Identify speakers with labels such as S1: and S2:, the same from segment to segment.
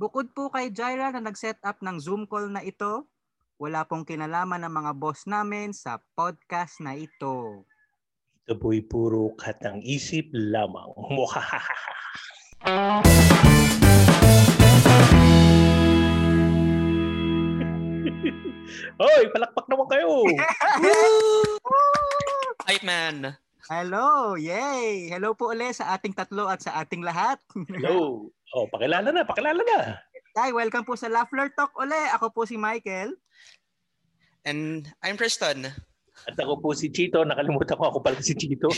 S1: Bukod po kay Jaira na nag-set up ng Zoom call na ito, wala pong kinalaman ng mga boss namin sa podcast na ito.
S2: Ito po'y puro katang isip lamang. Hoy, palakpak naman kayo.
S3: Hype man.
S1: Hello! Yay! Hello po ulit sa ating tatlo at sa ating lahat.
S2: Hello. Oh, pakilala na, pakilala na.
S1: Ay, welcome po sa Lafler Talk ulit. Ako po si Michael.
S3: And I'm Preston.
S2: At ako po si Chito. Nakalimutan ko ako pala si Chito.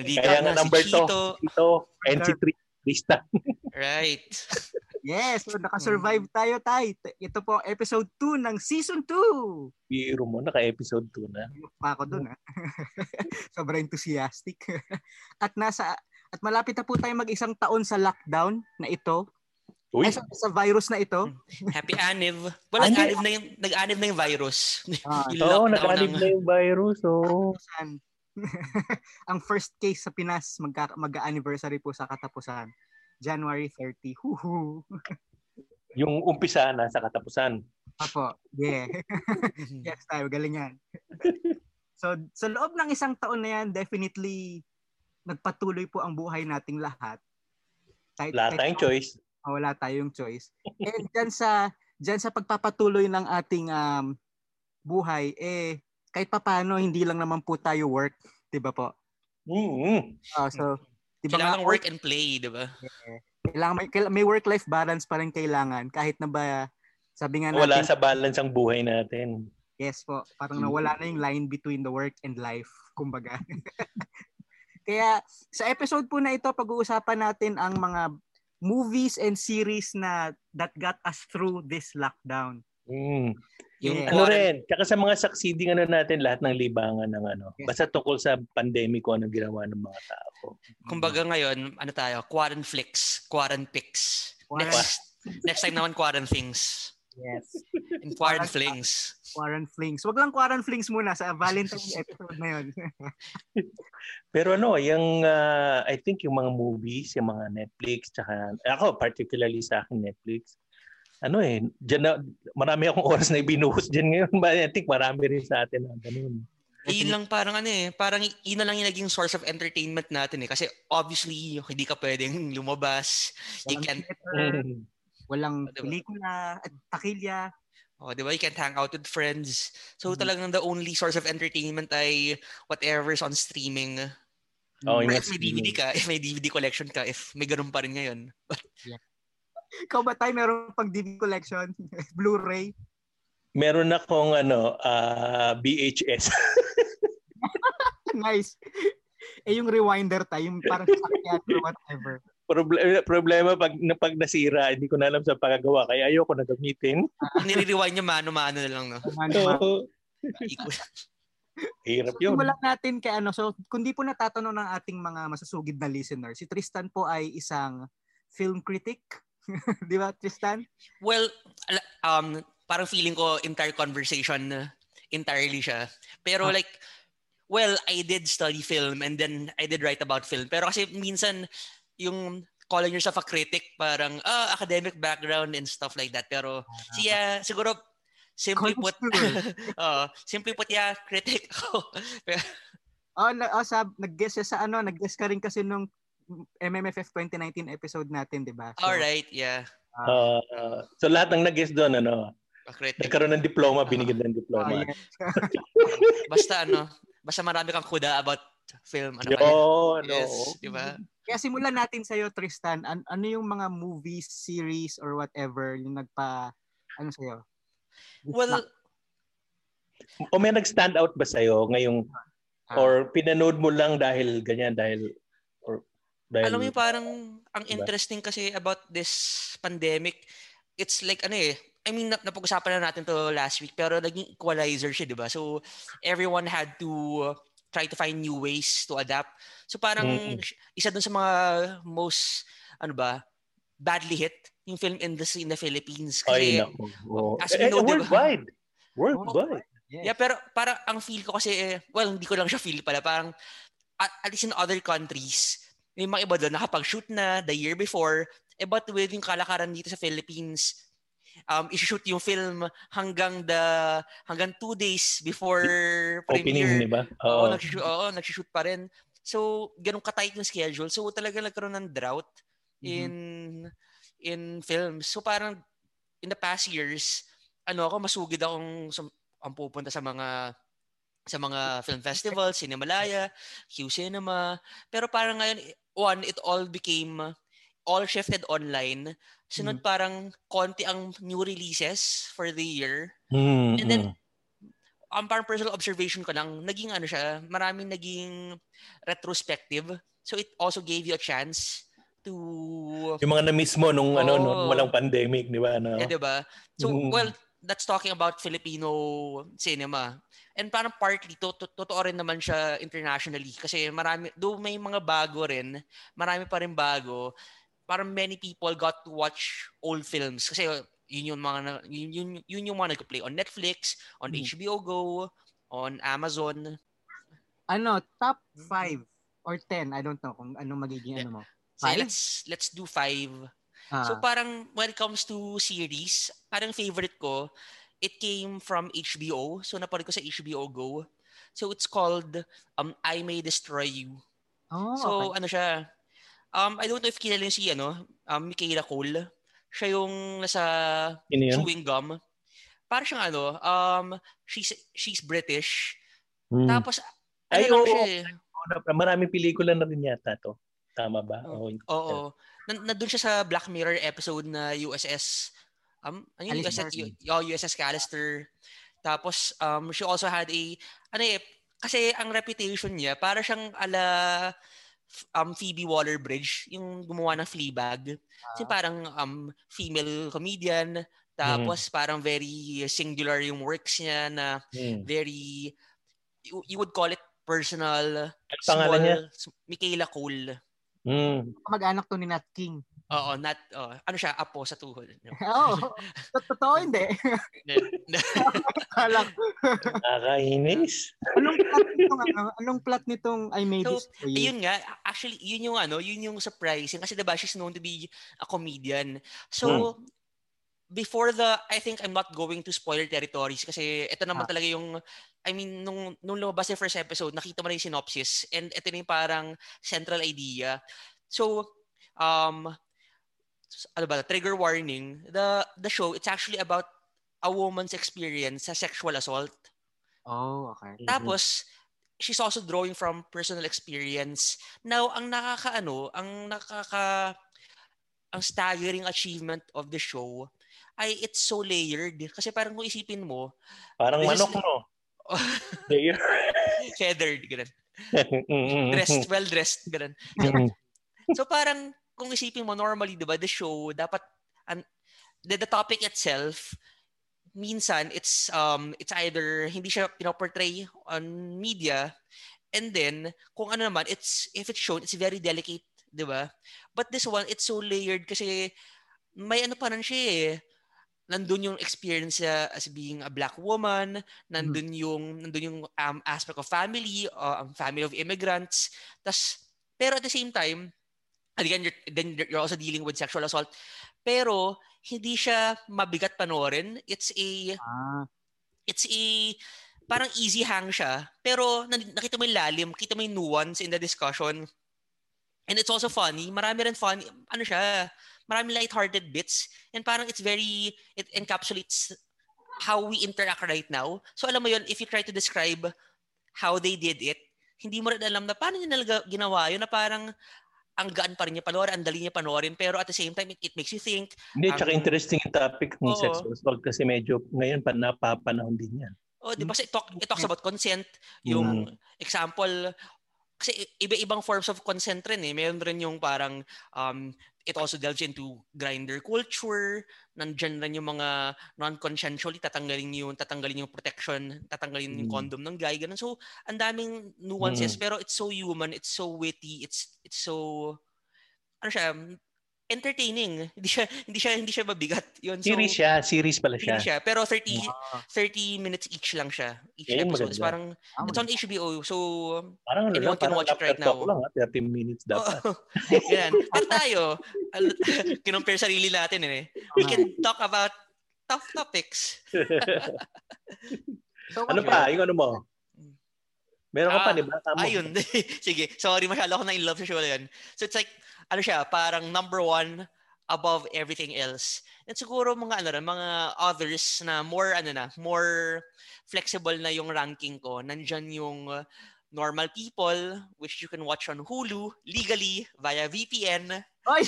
S3: Nandito
S2: Kaya nga
S3: na
S2: number
S3: si
S2: to.
S3: Chito.
S2: Chito, NC3 lista.
S3: Right.
S1: Yes, so nakasurvive tayo tay. T- Ito po ang episode 2 ng season 2.
S2: Biro mo, naka-episode 2 na.
S1: Pa ako dun ah. Sobrang enthusiastic. at nasa at malapit na po tayo mag-isang taon sa lockdown na ito.
S2: Uy,
S1: Ay, sa, sa virus na ito.
S3: Happy Aniv. Walang
S2: Aniv.
S3: Aniv na yung, nag-Aniv na yung virus.
S1: Ah,
S2: oo, oh,
S3: Yung lockdown
S2: nakalib
S3: ng-
S2: na yung virus. Oh.
S1: katapusan. ang first case sa Pinas magka, mag-anniversary po sa katapusan. January 30. Huhu.
S2: Yung umpisa na sa katapusan.
S1: Apo. Yeah. Yes tayo, galing yan. so, sa loob ng isang taon na yan, definitely nagpatuloy po ang buhay nating lahat. Kahit,
S2: Wala
S1: kahit-
S2: tayong choice.
S1: oh, wala tayong choice. And dyan sa, dyan sa pagpapatuloy ng ating um, buhay, eh, kahit papano, hindi lang naman po tayo work. Di ba po?
S2: Mm-hmm.
S1: Oh, so, di ba
S3: Kailangan
S1: nga,
S3: work and play, di ba?
S1: Kailangan, may, kail- may work-life balance pa rin kailangan. Kahit na ba, sabi nga
S2: Wala
S1: natin,
S2: sa balance ang buhay natin.
S1: Yes po.
S3: Mm.
S1: Parang nawala na yung line between the work and life, kumbaga. Kaya sa episode po na ito, pag-uusapan natin ang mga movies and series na that got us through this lockdown.
S2: Mm.
S3: Yung
S1: Yeah.
S2: Ano
S3: quarant-
S2: rin, tsaka sa mga succeeding ano natin, lahat ng libangan ng ano.
S1: Yes.
S2: Basta tungkol sa pandemic kung anong ginawa ng mga tao.
S3: Kumbaga ngayon, ano tayo? Quaranflix. Quaranpix.
S1: Quarant-
S3: Next, next time naman quaranthings.
S1: Yes.
S3: And quaranflings.
S1: Quarant flings. Wag lang quarant flings muna sa Valentine's episode na yun.
S2: Pero ano, yung ah, I think yung mga movies, yung mga Netflix, tsaka ako particularly sa akin Netflix, ano eh, dyan na, marami akong oras na ibinuhos dyan ngayon. I think marami rin sa atin na ganun.
S3: Iyon lang parang ano eh, parang yun na lang yung naging source of entertainment natin eh. Kasi obviously, hindi ka pwedeng lumabas. You
S1: Walang
S3: can't,
S1: theater,
S3: Mm.
S1: walang
S3: Diba?
S1: pelikula, at takilya.
S3: oh, di ba? You can't hang out with friends. So talagang the only source of entertainment ay whatever's on streaming.
S2: Oh,
S3: Or
S2: yun.
S3: if may DVD ka, if may DVD collection ka, if may ganun pa rin ngayon.
S1: Ikaw ba tayo meron pang DVD collection? Blu-ray?
S2: Meron akong ano, ah, BHS.
S1: nice. Eh yung rewinder tayo, yung parang sasakyan or whatever.
S2: Proble- eh, problema pag, na pag nasira, hindi ko na alam sa pagagawa. Kaya ayoko na gamitin.
S3: Ang nire-rewind niya mano-mano na lang, no?
S1: Ano,
S2: So, hirap yun.
S1: Simulan natin kay ano. So, kung di po natatanong ng ating mga masusugid na listener, si Tristan po ay isang film critic. di ba, Tristan?
S3: Well, ala- um, parang feeling ko entire conversation uh, entirely siya. Pero
S1: Ah.
S3: like, well, I did study film and then I did write about film. Pero kasi minsan, yung calling yourself a critic, parang ah, academic background and stuff like that. Pero siya, siguro, simply
S1: College
S3: put,
S1: student.
S3: uh, simply put, yeah, critic ako.
S1: Oh, na, oh sab, nag-guess siya sa ano, nag-guess ka rin kasi nung MMFF 2019 episode natin, di ba? So,
S3: Alright, yeah,
S2: Ah, ah, so lahat ng nag-guess doon, ano,
S3: a critic.
S2: nagkaroon ng diploma, binigyan
S1: oh,
S2: ng
S3: Ah,
S2: diploma.
S1: yes.
S3: Basta ano, basta marami kang kuda about film. Ano ka.
S2: Yo, ano.
S3: Yes, di ba?
S1: Kaya simulan natin sa'yo, Tristan. An- ano yung mga movies, series, or whatever yung nagpa, ano sa'yo?
S3: Well,
S2: O may nag-stand out ba sa'yo ngayong,
S1: Ah.
S2: or pinanood mo lang dahil ganyan, dahil, or, dahil,
S3: Alam mo yung parang ang
S2: Diba?
S3: interesting kasi about this pandemic, it's like ano eh, I mean, nap- napag-usapan na natin to last week, pero naging equalizer siya, di ba? So, everyone had to try to find new ways to adapt. So, parang isa dun sa mga most, ano ba, badly hit yung film industry in the Philippines.
S2: ay,
S3: Kasi,
S2: nako. oo.
S3: eh, as we
S2: Eh, eh,
S3: know, diba?
S2: worldwide. Worldwide.
S1: Yes.
S3: Yeah, pero para ang feel ko kasi, eh, well, hindi ko lang siya feel pala. Parang, at, at least in other countries, may mga iba doon nakapag-shoot na the year before, Eh but with yung kalakaran dito sa Philippines, um i-shoot yung film hanggang the hanggang two days before
S2: Opening,
S3: premiere.
S2: di ba?
S3: Oo,
S2: Oo.
S3: nagshoot, oo, nagshoot pa rin. So, ganun katight yung schedule. So, talaga nagkaroon ng drought in in films. So, parang in the past years, ano ako, masugid akong sum- ang pupunta sa mga sa mga film festivals, Cinemalaya, Q Cinema. Pero parang ngayon, one, it all became all shifted online. Sunod parang konti ang new releases for the year.
S2: Mm,
S3: And then,
S2: mm.
S3: ang um, parang personal observation ko lang, naging ano siya, maraming naging retrospective. So it also gave you a chance to,
S2: yung mga na-miss mo nung ano
S3: Oo.
S2: nung walang pandemic, di ba? Ano?
S3: yeah, di ba? So,
S2: Mm.
S3: well, that's talking about Filipino cinema. And parang partly, to, to, totoo rin naman siya internationally. Kasi marami, though may mga bago rin, marami pa rin bago. Parang many people got to watch old films. Kasi yun yung mga, na- yun, yun, yun yung mga nag-play on Netflix, on
S1: Mm.
S3: HBO Go, on Amazon.
S1: Ano, top
S3: Mm.
S1: 5 or 10, I don't know kung ano magiging ano mo.
S3: So
S1: Five?
S3: let's let's do five.
S1: Ah,
S3: So parang when it comes to series, parang favorite ko, it came from HBO. So napanood ko sa HBO Go. So it's called um I May Destroy You.
S1: oh,
S3: so
S1: okay.
S3: ano siya? Um I don't know if kilala niyo si ano, um Michaela Cole. Siya yung nasa
S2: Yun yun.
S3: chewing gum. Parang siyang ano, um she's she's British.
S1: Hmm.
S2: Mm.
S3: Tapos ano
S2: Ay,
S3: lang
S2: oo.
S3: siya eh.
S2: Maraming pelikula na rin yata to. Tama ba? Oo.
S3: Oo. Na, na doon siya sa Black Mirror episode na USS um ano yung
S1: Callister.
S3: USS oh, USS Callister. Tapos um she also had a ano eh kasi ang reputation niya para siyang ala f- um Phoebe Waller-Bridge yung gumawa ng Fleabag. Kasi
S2: Ah.
S3: parang um female comedian
S2: Mm-hmm.
S3: tapos parang very singular yung works niya na
S2: Mm.
S3: very you, you would call it personal
S2: Ano pangalan
S3: small,
S2: niya?
S3: sm- Michaela Cole.
S2: Mm.
S1: Mag-anak to ni Nat King.
S3: Oo, not, oo. ano siya, apo sa tuhod. No.
S1: Oo. Oh, totoo hindi. Kala ko.
S2: Nakakainis.
S1: Anong plot nitong ano? Anong plot nitong I May
S3: So,
S1: Destroy You?
S3: Ayun Eh, nga, actually, yun yung ano, yun yung surprising kasi diba she's known to be a comedian. So, before the, I think I'm not going to spoil territories kasi ito
S1: Ah.
S3: naman talaga yung, I mean, nung, nung lumabas yung first episode, nakita mo na yung synopsis and ito na yung parang central idea. So, um, s- ano ba, trigger warning, the, the show, it's actually about a woman's experience sa sexual assault.
S1: Oh, okay.
S2: Mm-hmm.
S3: Tapos, she's also drawing from personal experience. Now, ang nakakaano, ang nakaka ang staggering achievement of the show ay it's so layered kasi parang kung isipin mo
S2: Parang
S3: This is-
S2: manok, no? Player.
S3: feathered ganun
S2: Mm, mm,
S3: dressed well dressed ganun
S2: mm.
S3: so parang kung isipin mo normally 'di ba the show dapat an, the, the topic itself minsan it's um it's either hindi siya pinoportray on media and then kung ano naman it's if it's shown it's very delicate 'di ba but this one it's so layered kasi may ano pa nun siya eh nandun yung experience niya as being a black woman, nandun yung nandun yung um, aspect of family, uh, um, family of immigrants. Tas pero at the same time, again you're, then you're you're also dealing with sexual assault. Pero hindi siya mabigat panoorin. It's a
S1: Ah,
S3: it's a parang easy hang siya. Pero nan- nakita mo yung lalim, kita mo yung nuance in the discussion. And it's also funny. Marami rin funny. Ano siya? Marami lighthearted bits. And parang it's very, it encapsulates how we interact right now. So alam mo yun, if you try to describe how they did it, hindi mo rin alam na paano niya nalaga, ginawa yun na parang ang gaan pa rin niya panoorin, ang dali niya panoorin, pero at the same time, it, it makes you think.
S2: Hindi, tsaka interesting yung topic ng
S3: Oo.
S2: sexual assault kasi medyo ngayon pa napapanahon din yan. Hmm.
S3: Oh, di ba? Kasi it, talk, it talks about consent,
S2: Mm.
S3: yung example kasi i- iba-ibang forms of consent rin eh. Meron rin yung parang um, it also delves into grinder culture. Nandiyan rin yung mga non-consensually tatanggalin yung tatanggalin yung protection, tatanggalin
S2: Mm.
S3: yung condom ng guy, ganun. So, ang daming nuances
S2: Mm.
S3: pero it's so human, it's so witty, it's it's so ano siya, entertaining. Hindi siya hindi siya hindi siya mabigat. Yun so
S2: Series siya, series pala siya.
S3: series siya. Pero 30
S1: Wow.
S3: 30 minutes each lang siya. Each
S2: Yeah, yun
S3: episode. It's
S2: maganda.
S3: parang
S1: Ah,
S3: it's on HBO. So
S2: Parang ano lang,
S3: Anyone can
S2: parang
S3: watch it
S2: laptop
S3: right
S2: talk lang,
S3: now.
S2: ha? 30 minutes dapat.
S3: Oo. Ganyan. Pero tayo, al- kinumpir sarili natin eh. We
S2: Ah.
S3: can talk about tough topics.
S1: So,
S2: ano
S1: okay.
S2: pa? Yung ano mo? Meron ka pa,
S3: Ah,
S2: di ba? Tama.
S3: Ayun. Sige. Sorry, masyado ako na in love sa show na yan. So it's like, ano siya, parang number one above everything else. And siguro mga ano rin, mga others na more ano na, more flexible na yung ranking ko. Nandyan yung uh, normal people which you can watch on Hulu legally via VPN.
S1: Ay,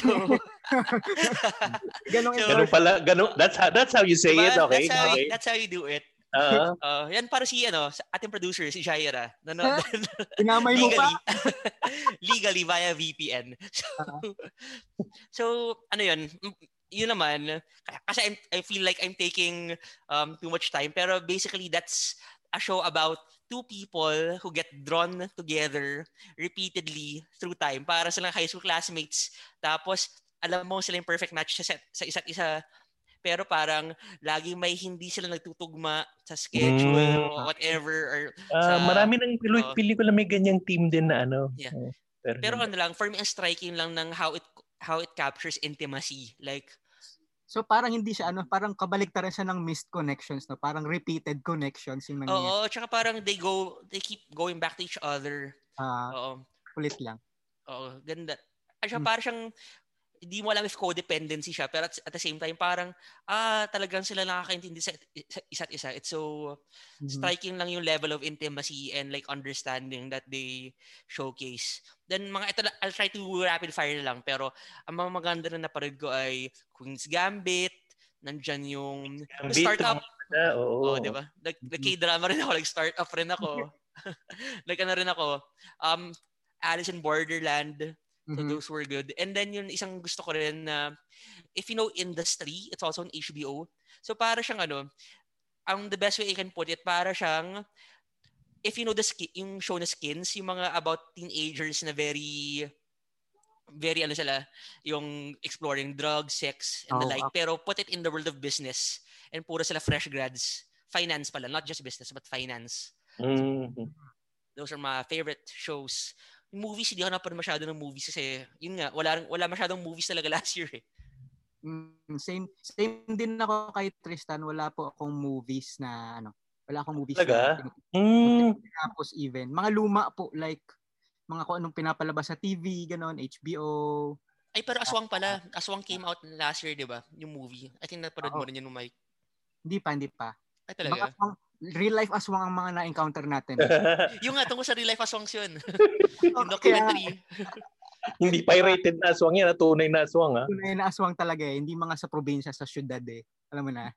S1: ganong
S3: So,
S2: Ganun pala, ganun, that's how, that's how you say
S3: Diba?
S2: it, okay?
S3: That's how,
S2: okay.
S3: that's how you do it.
S2: Ah,
S3: Uh, yan para si ano, sa ating producer si Jaira. Nanonood
S1: Inamay mo pa.
S3: legally. legally via VPN. So, so ano 'yun? m- Yun naman k- kasi I'm, I feel like I'm taking um, too much time pero basically that's a show about two people who get drawn together repeatedly through time para silang high school classmates tapos alam mo sila yung perfect match sa, set- sa isa't isa pero parang laging may hindi sila nagtutugma sa schedule
S2: Mm.
S3: or whatever or
S2: ah,
S3: sa-
S2: marami ng pili,
S3: oo.
S2: pelikula may ganyang team din na ano.
S3: Yeah.
S2: Oo.
S3: Pero ano lang, for me, ang striking lang ng how it how it captures intimacy. Like,
S1: So parang hindi siya ano, parang kabaligtaran siya ng missed connections, no? Parang repeated connections yung nangyayari.
S3: oo, tsaka parang they go, they keep going back to each other.
S1: Ah,
S3: Oo,
S1: ulit lang.
S3: oo, ganda. At siya
S1: Mm.
S3: parang siyang, hindi mo alam if codependency siya, pero at, at the same time, parang, ah, talagang sila nakakaintindi sa sa isa't isa. It's so,
S1: Mhm.
S3: striking lang yung level of intimacy and like understanding that they showcase. Then mga ito, lang- I'll try to rapid fire na lang pero ang mga maganda na naparid ko ay Queen's Gambit, nandyan yung
S2: Ang beat
S3: startup,
S2: na, oo.
S3: oh, di ba? Nag, nag drama rin ako, like startup rin ako. like ano rin ako, um, Alice in Borderland, so
S1: Mhm.
S3: those were good. And then yun isang gusto ko rin na if you know industry, it's also on HBO. So para siyang ano, ang the best way I can put it, para siyang if you know the skin, yung show na skins, yung mga about teenagers na very very ano sila, yung exploring drugs, sex, and the
S1: Oh,
S3: like. Pero put it in the world of business. And puro sila fresh grads. Finance pala, not just business, but finance.
S2: Mm.
S3: Those are my favorite shows. Yung movies, hindi ako napanood masyado ng movies kasi, yun nga, wala, wala masyadong movies talaga last year eh.
S1: Mm, same same din ako kay Tristan, wala po akong movies na ano, wala akong movies
S2: Talaga?
S1: na
S2: Mm.
S1: tinatapos even. Mga luma po like mga kung anong pinapalabas sa TV, ganon, HBO.
S3: Ay, pero Aswang pala. Aswang came out last year, di ba? Yung movie. I think napanood
S1: Oo.
S3: mo rin yun, Mike.
S1: Hindi pa, hindi pa.
S3: Ay,
S1: Baka
S3: talaga.
S1: pang- real life aswang ang mga na-encounter natin.
S3: yung nga, tungkol sa real life Aswangs yun. yung
S1: Kaya-
S3: documentary.
S2: Hindi pirated na aswang yan, ah, tunay na aswang ha.
S1: tunay na aswang talaga eh. Hindi mga sa probinsya, sa syudad eh. Alam mo na.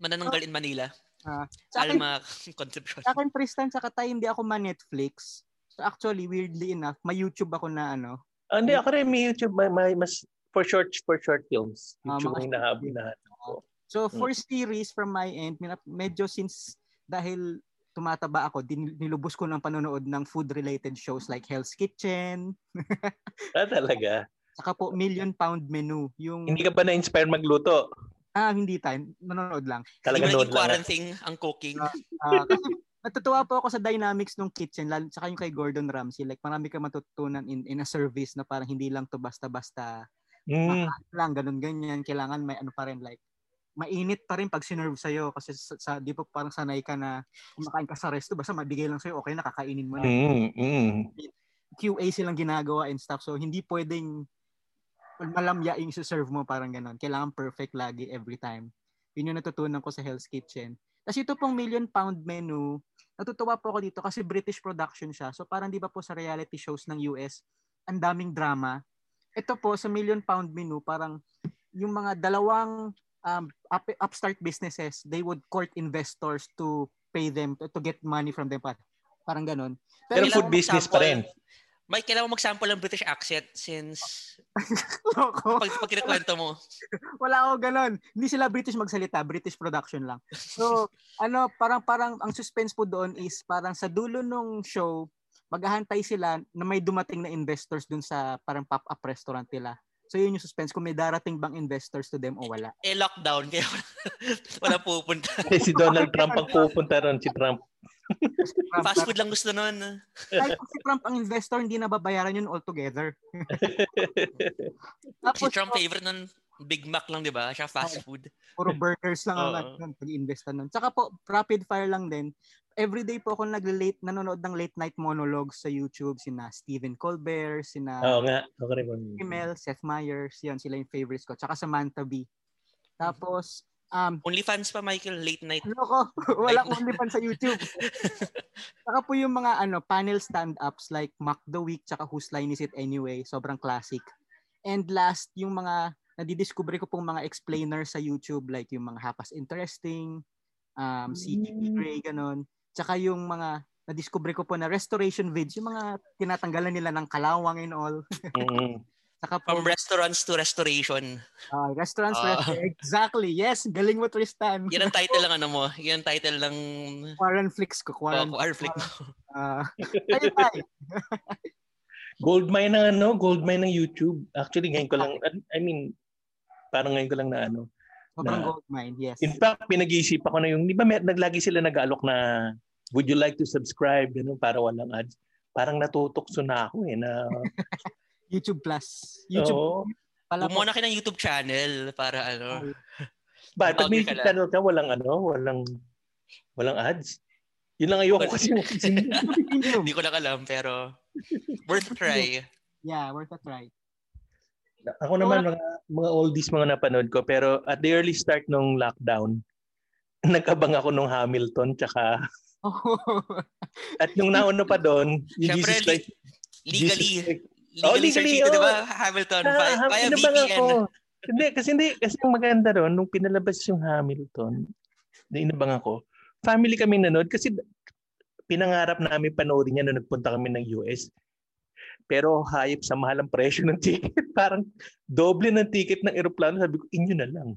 S3: Manananggal in Manila.
S1: Sa akin,
S3: Alma Concepcion.
S1: sa akin Tristan, sa katay, hindi ako ma-Netflix. So actually, weirdly enough, may YouTube ako na ano.
S2: Ah, Hindi, ako rin may YouTube, may, may mas for short for short films.
S1: Ah, mga
S2: YouTube yung
S1: short
S2: nahabi
S1: films.
S2: na.
S1: So for series from my end, mina- medyo since dahil tumataba ako, din, nilubos ko ng panonood ng food-related shows like Hell's Kitchen,
S2: Ah, talaga.
S1: saka po Million Pound Menu. Yung,
S2: Hindi ka ba na-inspire magluto?
S1: ah, hindi tayo, nanonood lang.
S2: Talaga
S3: Hindi mo
S2: nood lang.
S3: naging
S2: ah.
S3: quarantine ang cooking.
S1: Ah, kasi natutuwa po ako sa dynamics ng kitchen lalo saka yung kay Gordon Ramsay like marami kang matutunan in in a service na parang hindi lang to basta-basta
S2: Mm.
S1: lang ganun ganyan kailangan may ano pa rin like mainit pa rin pag sinerve sa'yo kasi sa, sa di ba parang sanay ka na kumakain ka sa resto basta mabigay lang sa'yo okay nakakainin mo na
S2: Mm. Mm.
S1: QA silang ginagawa and stuff so hindi pwedeng malamya yung serve mo parang ganun kailangan perfect lagi every time yun yung natutunan ko sa Hell's Kitchen tapos ito pong million pound menu natutuwa po ako dito kasi British production siya so parang di ba po sa reality shows ng US ang daming drama ito po sa million pound menu parang yung mga dalawang um, up- upstart businesses they would court investors to pay them to, to get money from them parang, parang ganun
S2: Pero
S3: Kailangan
S2: food
S3: mo
S2: business pa rin.
S3: Mike, kailangan mo mag-sample ng British accent since
S1: Loko.
S3: pag, pag kinikwento mo.
S1: Wala ako ganun. Hindi sila British magsalita, British production lang. So, ano, parang parang ang suspense po doon is parang sa dulo nung show, maghahantay sila na may dumating na investors dun sa parang pop-up restaurant nila. So yun yung suspense kung may darating bang investors to them o wala.
S3: Eh, lockdown. Kaya wala, wala pupunta.
S2: Eh, si Donald Trump ang pupunta ron, si Trump.
S1: Trump,
S3: Fast food lang gusto nun.
S1: Kahit kung si Trump ang investor, hindi na babayaran yun altogether.
S3: Si
S1: Tapos,
S3: Trump favorite nun, Big Mac lang, di ba? Siya fast food.
S1: puro burgers lang ang
S3: Oo.
S1: ano nun, pag-investan nun. Tsaka po, rapid fire lang din. Everyday po ako nagle-late, nanonood ng late night monologues sa YouTube, sina Stephen Colbert, sina
S2: Oo nga. Ah, Okay rin.
S1: Kimmel, Seth Meyers, yun, sila yung favorites ko. Tsaka Samantha Bee. Tapos, um,
S3: Only fans pa, Michael, late night.
S1: loko, walang
S3: Late na.
S1: only fan sa YouTube. Tsaka po yung mga ano, panel stand-ups like Mock the Week tsaka Whose Line Is It Anyway, sobrang classic. And last, yung mga nadidiscover ko pong mga explainers sa YouTube like yung mga Hapas Interesting, um, si E.P. Gray, ganun. Tsaka yung mga nadiscover ko po na restoration vids, yung mga tinatanggalan nila ng kalawang and all.
S2: Mm.
S1: Tsaka po,
S3: From restaurants to restoration.
S1: Ah, restaurants,
S3: Ah.
S1: restaurant. Exactly. Yes, galing mo Tristan.
S3: Yan ang title ng ano mo. Yan ang title ng
S1: Quaran flicks ko,
S3: uh,
S1: Quaran.
S3: flick.
S1: Ah, ayun tayo.
S2: Gold mine ng ano, gold mine ng YouTube. Actually, ngayon ko lang, I mean, parang ngayon ko lang na ano.
S1: Sobrang
S2: Na-
S1: gold mine, yes.
S2: In fact, pinag-iisip ako na yung, di ba may, naglagi sila nag-alok na, would you like to subscribe, ganun, para walang ads. Parang natutokso na ako eh, na,
S1: YouTube Plus. YouTube
S2: YouTube.
S1: pala po.
S3: Gumawa na kayo ng YouTube channel para ano.
S2: But pag may
S3: Okay ka lang.
S2: channel ka, walang ano, walang, walang ads. Yun lang ayoko kasi.
S1: Premium.
S3: Hindi ko lang alam pero worth a try.
S1: yeah, worth a try.
S2: ako naman, mga, mga oldies mga napanood ko, pero at the early start nung lockdown, nagkabang ako nung Hamilton, tsaka
S1: Oh,
S2: At yung nauna pa doon, yung
S3: Siyempre,
S2: Jesus Christ.
S3: Legally.
S2: Jesus Christ.
S3: Legally,
S2: Oh,
S3: search
S2: legally, oh.
S3: dito, di ba? Hamilton.
S2: Ah,
S3: via-
S2: Ham-
S3: via
S2: inabang ako.
S3: VPN.
S2: Hindi, kasi hindi. Kasi ang maganda doon, nung pinalabas yung Hamilton, na inabang ako, family kami nanood kasi pinangarap namin panoorin yan nung nagpunta kami ng US. Pero hayop sa mahal ang presyo ng ticket. Parang doble ng ticket ng eroplano. Sabi ko, inyo na lang.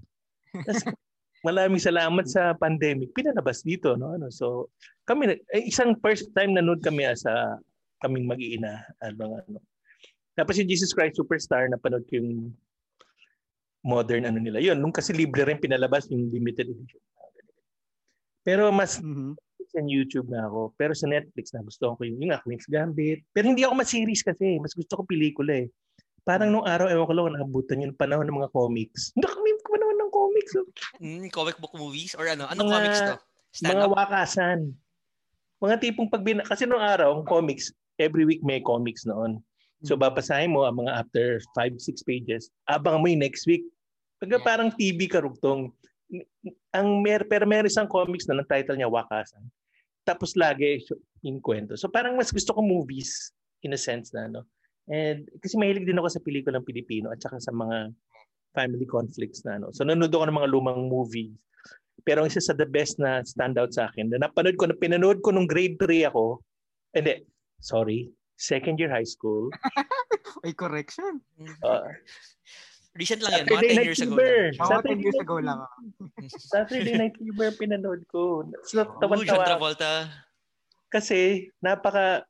S2: Tapos, maraming salamat sa pandemic. Pinalabas dito, no? Ano, so, kami, na- eh, isang first time nanood kami as a, kaming mag-iina. Ano, ano. Tapos yung Jesus Christ Superstar, napanood ko yung modern ano nila. Yun, nung kasi libre rin pinalabas yung limited edition. Pero mas
S1: mhm.
S2: sa YouTube na ako. Pero sa Netflix na gusto ko yung, yung nga, Queen's Gambit. Pero hindi ako mas-series kasi. eh. Mas gusto ko pelikula eh. Parang nung araw, ewan ko lang, naabutan yung panahon ng mga comics. Nakamim ko naman ng comics. oh.
S3: Mm, comic book movies or ano? Anong
S2: Mga-
S3: comics to? Stand
S2: Mga
S3: up?
S2: wakasan. Mga tipong pagbina... Kasi nung araw, ang comics, every week may comics noon. So
S3: Hmm.
S2: babasahin mo ang mga after 5-6 pages. Abang mo yung next week. Pagka
S3: Yeah.
S2: parang TV karugtong. Ang mer pero meron isang comics na ng title niya Wakasan. Tapos lagi yung kwento. So parang mas gusto ko movies in a sense na ano. And kasi mahilig din ako sa pelikulang Pilipino at saka sa mga family conflicts na ano. So nanonood ako ng mga lumang movies. Pero ang isa sa the best na standout sa akin, na napanood ko, na pinanood ko nung grade 3 ako, hindi, sorry, second year high school.
S1: Ay, correction.
S2: Uh,
S3: Hmm. Recent lang yan, mga
S2: Saturday
S3: 10
S2: Night
S3: years ago.
S2: Fever.
S1: Mga 10 years ago lang.
S2: Saturday Night Fever pinanood ko. So,
S3: Ooh, John
S2: tawan-tawa.
S3: Travolta.
S2: Kasi napaka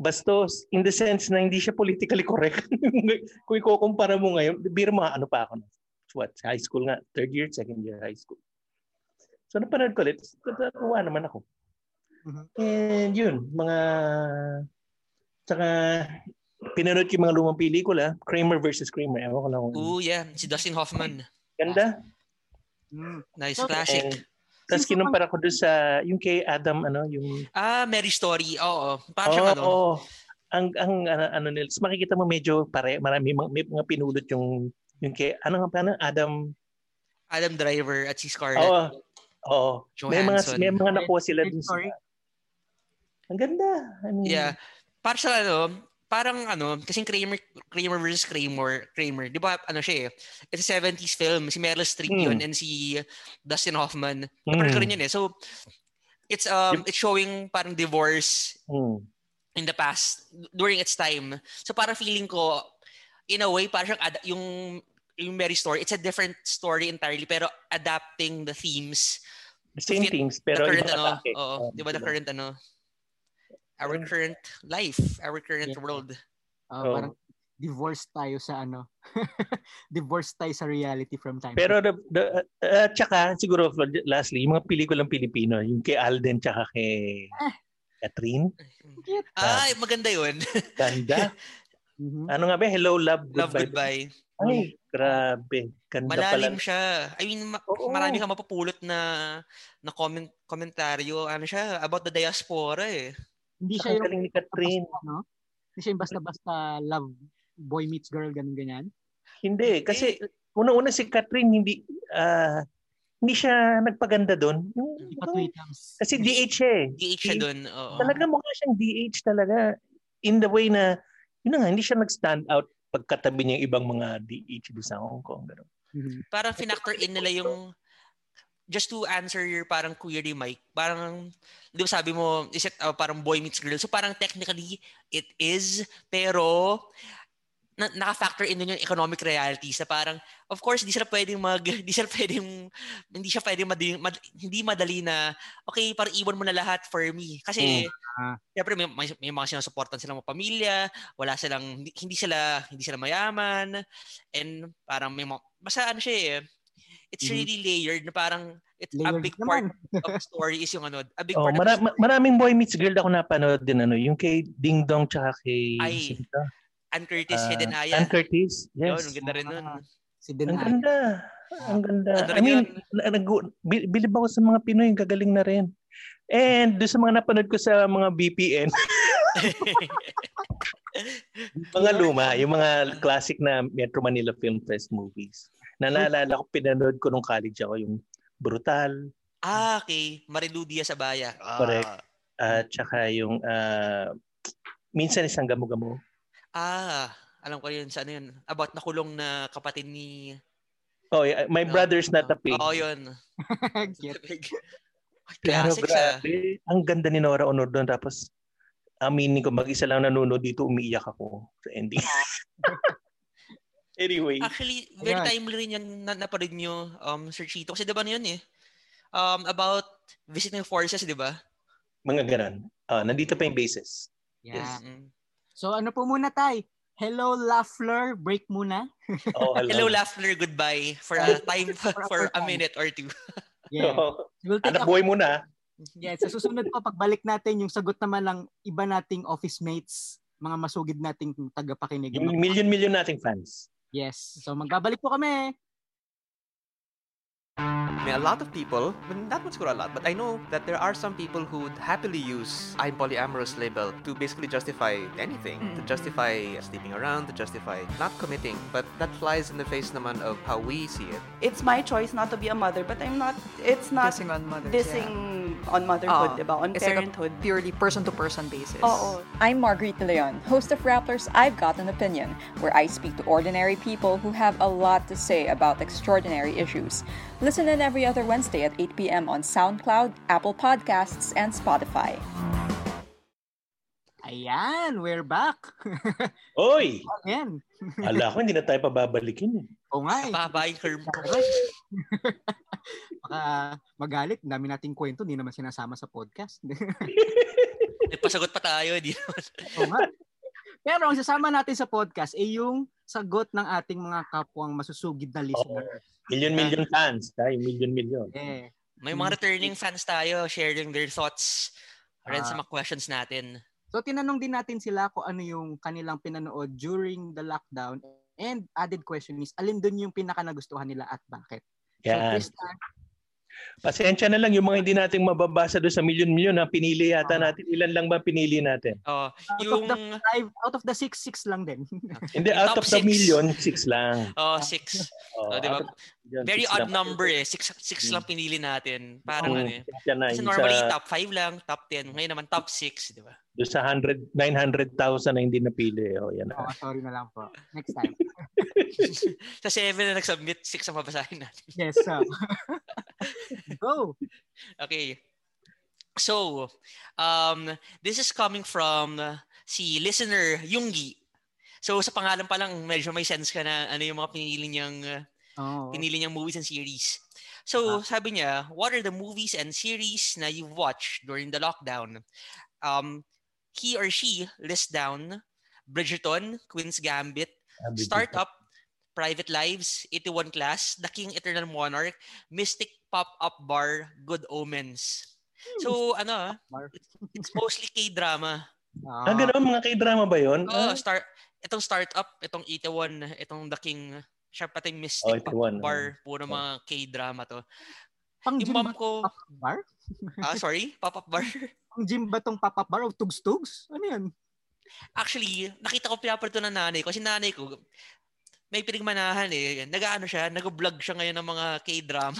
S2: bastos in the sense na hindi siya politically correct. Kung ikukumpara mo ngayon, biro mo, ano pa ako na? What? High school nga. Third year, second year high school. So napanood ko ulit. Natuwa naman ako.
S1: Mhm.
S2: And yun, mga... Tsaka pinanood ko yung mga lumang pelikula. Kramer versus Kramer. Ewan ko lang kung...
S3: Ooh, yeah. Si Dustin Hoffman.
S2: Ganda.
S1: Mm.
S3: Nice,
S1: Okay.
S3: classic.
S2: And, Tapos kinumpara ko doon sa yung kay Adam ano yung
S3: Ah, Mary Story. Oo. Parang
S2: Oo.
S3: siyang ano.
S2: oo. Ang ang ano, ano nila, tapos makikita mo medyo pare marami mga- may mga pinulot yung yung kay ano nga pa ano, Adam.
S3: Adam Driver at si
S2: Oo.
S3: Scarlett.
S2: Oo. May mga
S3: Johansson.
S2: may mga nakuha sila
S1: Good
S2: dun sa
S1: story.
S2: Ang ganda. I mean,
S3: Yeah. Parang siya ano, parang ano, kasing Kramer, Kramer versus Kramer, Kramer, di ba ano siya eh, it's a 70s film, si Meryl Streep
S2: Hmm.
S3: yun and si Dustin Hoffman.
S2: mm,
S3: Parang ganun yun eh. So, it's um it's showing parang divorce
S2: mm.
S3: in the past during its time. So parang feeling ko in a way parang siyang ad- yung yung Mary story, it's a different story entirely pero adapting the themes
S2: Same
S3: fit
S2: teams pero
S3: the
S2: iba
S3: current ano,
S2: atake.
S3: oo,
S2: Oo,
S3: di ba the
S2: diba?
S3: current ano our
S2: Yeah.
S3: current life, our current
S2: Yeah.
S3: world.
S1: Ah,
S2: Oo.
S1: parang divorced tayo sa ano. divorced tayo sa reality from time.
S2: Pero the, the uh, tsaka siguro lastly, yung mga pelikulang Pilipino, yung kay Alden tsaka kay
S1: Ah.
S2: Catherine,
S3: Ay, maganda yun.
S2: ganda.
S1: Mhm.
S2: ano nga ba? Hello love goodbye.
S3: Love, goodbye.
S2: Ay, grabe. Ganda pala.
S3: Malalim siya. I mean, ma-
S2: Oo.
S3: marami kang mapupulot na na comment komentaryo. Ano siya? About the diaspora eh.
S1: Hindi
S2: Tsaka
S1: siya
S2: ang
S1: yung
S2: galing ni Catherine.
S1: basta, no? Hindi siya yung basta-basta love boy meets girl ganun ganyan.
S2: Hindi, kasi una-una si Catherine hindi ah, hindi siya nagpaganda doon. Yung,
S1: Hindi pa tweet lang.
S2: kasi DH siya eh.
S3: DH siya dun. Oo.
S2: Talaga mukha siyang DH talaga in the way na yun na nga, hindi siya nag-stand out pagkatabi niya yung ibang mga DH doon sa Hong Kong. Ganun.
S1: Mhm.
S3: Parang finactor in nila yung just to answer your parang query, Mike, parang, di ba sabi mo, is it uh, parang boy meets girl? So parang technically, it is, pero na, naka-factor in din yung economic realities na parang, of course, di sila pwedeng mag, di sila pwedeng, hindi siya pwedeng madali, mad, hindi madali na, okay, parang iwan mo na lahat for me. Kasi,
S1: Ah.
S3: syempre, may, may, may mga sinusuportan silang mga pamilya, wala silang, hindi, hindi sila, hindi sila mayaman, and parang may mga, basta ano siya eh, it's
S2: Mm-hmm.
S1: Mhm.
S3: really layered na parang, it's a
S1: Layered
S3: big
S1: naman.
S3: part of the story is yung ano, a big
S2: Oh,
S3: part
S2: mara-
S3: of the
S2: ma- maraming boy meets girl ako napanood din ano, yung kay Ding Dong tsaka kay
S3: Ay,
S2: sino to?
S3: Ann Curtis,
S2: Ah,
S3: Hidden Aya.
S2: Ann Curtis. Yes.
S3: Yun, ang ganda rin nun.
S1: Ah, si
S2: Ang
S1: Denai.
S2: ganda. Ang ganda. I
S3: Ano rin
S2: mean,
S3: yun?
S2: na- nag- bi- bilib ako sa mga Pinoy, ang gagaling na rin. And doon sa mga napanood ko sa mga BPN, mga luma, yung mga classic na Metro Manila Film Fest movies. Nalaalala ko, pinanood ko nung college ako yung Brutal,
S3: ah, okay. Marilu Diaz Abaya. Ah,
S2: Correct. at tsaka yung ah, Minsan Isang Gamo-Gamo.
S3: Ah, alam ko yun. Sa ano yun? About nakulong na kapatid ni... um,
S2: Oh, yeah,
S3: Ah.
S2: My Brother's Not a Pig.
S3: Oo, yun.
S1: Cute.
S2: Pero
S3: Classic siya.
S2: grabe, ang ganda ni Nora Honor doon. Tapos, aminin ko, mag-isa lang nanonood dito, umiiyak ako sa ending. anyway.
S3: Actually, very
S1: Ayan.
S3: timely rin yan na naparid nyo, um, Sir Chito. Kasi diba na yun eh? Um, about visiting forces, diba? di ba?
S2: Mga ganun. Ah, nandito pa yung basis.
S1: Yeah.
S3: Mm.
S1: So ano po muna tay? Hello Lafleur, break muna.
S2: Oh,
S3: Hello, Laughter. Goodbye for a time,
S1: a-
S3: for a
S1: for a
S3: minute or two.
S1: Yeah. We'll take a
S2: Anak Oh, buhay muna.
S1: Yeah, sa susunod po, pagbalik natin yung sagot naman ng iba nating office mates, mga masugid nating tagapakinig. ano?
S2: Yung million-million nating fans.
S1: Yes. So magbabalik po kami.
S4: I mean, a lot of people, I mean, not much a lot, but I know that there are some people who would happily use I'm polyamorous label to basically justify anything, to justify sleeping around, to justify not committing, but that flies in the face naman of how we see it.
S5: it's my choice not to be a mother, but I'm not, it's not
S6: Dissing on mothers.
S5: dissing on motherhood,
S6: Oo.
S5: diba? On
S6: Oh. It's like a
S5: parenthood. Oh,
S6: purely person-to-person basis.
S5: Oo.
S7: I'm Marguerite De Leon, host of Rapplers I've Got an Opinion, where I speak to ordinary people who have a lot to say about extraordinary issues. Listen in every other Wednesday at 8 p.m. on SoundCloud, Apple Podcasts, and Spotify.
S1: Ayan, we're back.
S2: Oy!
S1: Ayan.
S2: Ala ko, hindi na tayo pababalikin. eh.
S1: O nga eh.
S3: Papabaing curve ko.
S1: Baka magalit. Ang dami nating kwento. Hindi naman sinasama sa podcast.
S3: Nagpasagot pa tayo. Di
S1: o nga. Pero ang sasama natin sa podcast ay yung sagot ng ating mga kapwang masusugid na listener.
S2: Million-million fans. Tayo, million-million.
S1: Eh,
S3: May mga returning fans tayo sharing their thoughts rin sa mga questions natin.
S1: So tinanong din natin sila kung ano yung kanilang pinanood during the lockdown and added question is alin dun yung pinaka nagustuhan nila at bakit.
S2: Yan.
S1: So this time,
S2: Pasensya na lang yung mga hindi nating mababasa doon sa million-million na pinili yata natin. Ilan lang ba pinili natin?
S3: Oh,
S1: out,
S3: yung
S1: of the five, out of the six, six lang din.
S2: Hindi,
S3: Yung
S2: out
S3: top
S2: of the
S3: six.
S2: million, six lang.
S3: oh, six.
S2: Oh,
S3: Oh, di
S2: out
S3: ba?
S2: of the million,
S3: Very
S2: six
S3: odd
S2: lang.
S3: number eh. Six, six lang pinili natin. Parang
S2: Mm,
S3: ano eh.
S2: pasensya na,
S3: Kasi
S2: yung
S3: normally
S2: sa-
S3: top 5 lang, top 10. Ngayon naman top 6, di ba?
S2: Doon sa 100, 900,000 na hindi napili. Oh, yan.
S1: Oh, sorry na lang po. Next time.
S3: sa 7 na nag-submit, 6 ang mabasahin natin.
S1: Yes. So. Go.
S3: Okay. So, um, this is coming from uh, si listener Yunggi. So sa pangalan pa lang, medyo may sense ka na ano yung mga pinili niyang uh,
S1: Oh.
S3: pinili niyang movies and series. So, sabi niya, what are the movies and series na you've watched during the lockdown? Um, he or she lists down Bridgerton, Queen's Gambit, Startup, Private Lives, 81 Class, The King Eternal Monarch, Mystic Pop-Up Bar, Good Omens. So ano, ah,
S1: Bar.
S3: it's mostly K-drama.
S1: Ah,
S2: Ang ganoon, mga k-drama ba yun?
S3: Oh, start itong Startup, itong 81, itong The King, siya pati
S2: Oh,
S3: Mystic
S2: ito
S3: Pop-Up
S2: one.
S3: Bar, puro mga K-drama to.
S1: pang gym
S3: Yung mom
S1: ba
S3: ko,
S1: pop-up bar?
S3: ah sorry, Pop-Up Bar.
S1: Pang gym ba tong pop-up bar o tugs-tugs? Ano yan?
S3: Actually, nakita ko pinapal to ng nanay ko. Kasi nanay ko, may pinagmanahan eh. Nag-ano siya, nag-vlog siya ngayon ng mga K-drama.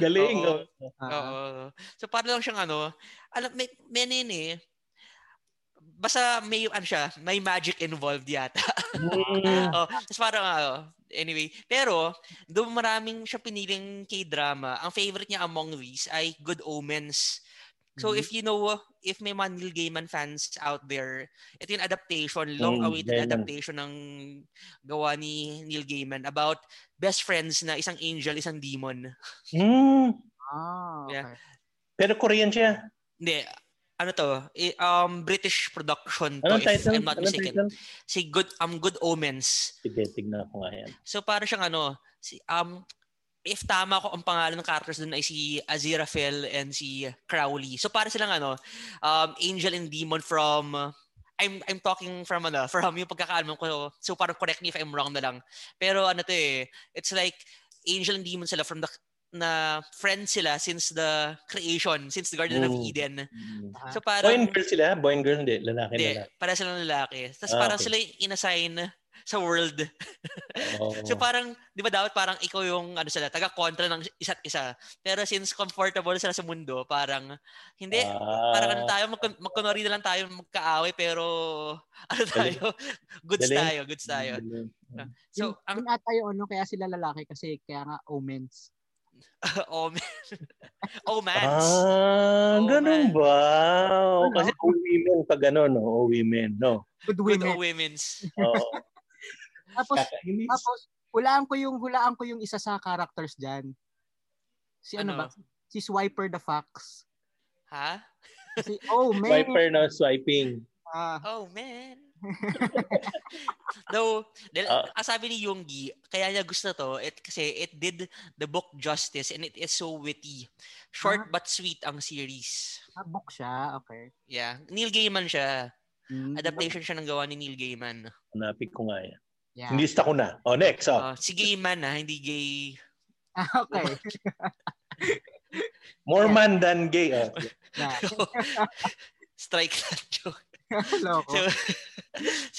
S2: Galing.
S3: Oo.
S2: oh.
S1: Ah,
S3: Oo. So, para lang siyang ano, alam, may, may ano yun eh. Basta may, ano siya, may magic involved yata.
S2: Mm.
S3: oh, tapos parang, ano, anyway. Pero, doon maraming siya piniling K-drama. Ang favorite niya among these ay Good Omens. So
S1: Mhm.
S3: if you know, if may mga Neil Gaiman fans out there, ito yung adaptation, long-awaited
S2: Gaiman.
S3: adaptation ng gawa ni Neil Gaiman about best friends na isang angel, isang demon.
S2: Mm.
S1: ah, okay.
S3: Yeah.
S2: Pero Korean siya.
S3: Hindi, ano to? I- um, British production to,
S2: Anong
S3: Oh, if
S2: title?
S3: I'm not
S2: Anong
S3: mistaken.
S2: title?
S3: Si Good, um, Good Omens.
S2: Sige, tignan ko nga yan.
S3: So para siyang ano, si um if tama ko ang pangalan ng characters dun ay si Aziraphale and si Crowley. So para silang ano, um angel and demon from uh, I'm I'm talking from ano, from yung pagkakaalam ko. So parang correct me if I'm wrong na lang. Pero ano to eh, it's like angel and demon sila from the na friends sila since the creation, since the Garden of
S2: Mm.
S3: Eden.
S2: Mm.
S3: So
S2: Boy and
S3: parang
S2: girl sila? Boy and girl, hindi. Lalaki,
S3: hindi,
S2: lalaki.
S3: para silang lalaki. Tapos
S2: Ah,
S3: parang
S2: okay.
S3: sila yung inassign sa world.
S2: Oo.
S3: So parang, di ba dapat parang ikaw yung ano sila, taga-kontra ng isa't isa. Pero since comfortable sila sa mundo, parang, hindi,
S2: Ah,
S3: parang ano tayo, mag- magkunwari na lang tayo magkaaway, pero ano tayo, goods
S2: Galing.
S3: tayo, goods tayo.
S2: galing.
S3: So,
S1: ang
S3: ang
S1: ata yung ano, kaya sila lalaki kasi kaya nga omens.
S3: omen, omens.
S2: Hmm. Ah,
S3: Oh,
S2: ganun
S3: man.
S2: ba? O,
S3: Ano?
S2: Kasi oh, women pag ano, no? Oh, women, no?
S1: Good
S3: Good
S1: women.
S3: omens.
S2: Oo.
S1: Tapos,
S2: Kakainis.
S1: tapos, hulaan ko yung, hulaan ko yung isa sa characters dyan. Si ano, ba?
S3: Ano?
S1: Si Swiper the Fox.
S3: Ha?
S1: Si, oh, man.
S2: Swiper, no? Swiping.
S1: Ah,
S3: Oh, man. Though, dahil,
S2: Ah.
S3: ang sabi ni Yonggi, kaya niya gusto to, it, kasi it did the book justice and it is so witty. Short but sweet ang series.
S1: ah, book siya. Okay.
S3: Yeah. Neil Gaiman siya.
S1: Mm.
S3: Adaptation siya ng gawa ni Neil Gaiman.
S2: Hanapin ko nga yan.
S1: Yeah.
S2: Nilista ko na. O, next. Oh.
S3: Uh, si Gaiman ha, hindi gay.
S1: Ah, okay.
S2: More man than gay. Oh.
S1: Yeah.
S3: Strike that joke.
S1: Loko.
S2: Oh.
S3: So,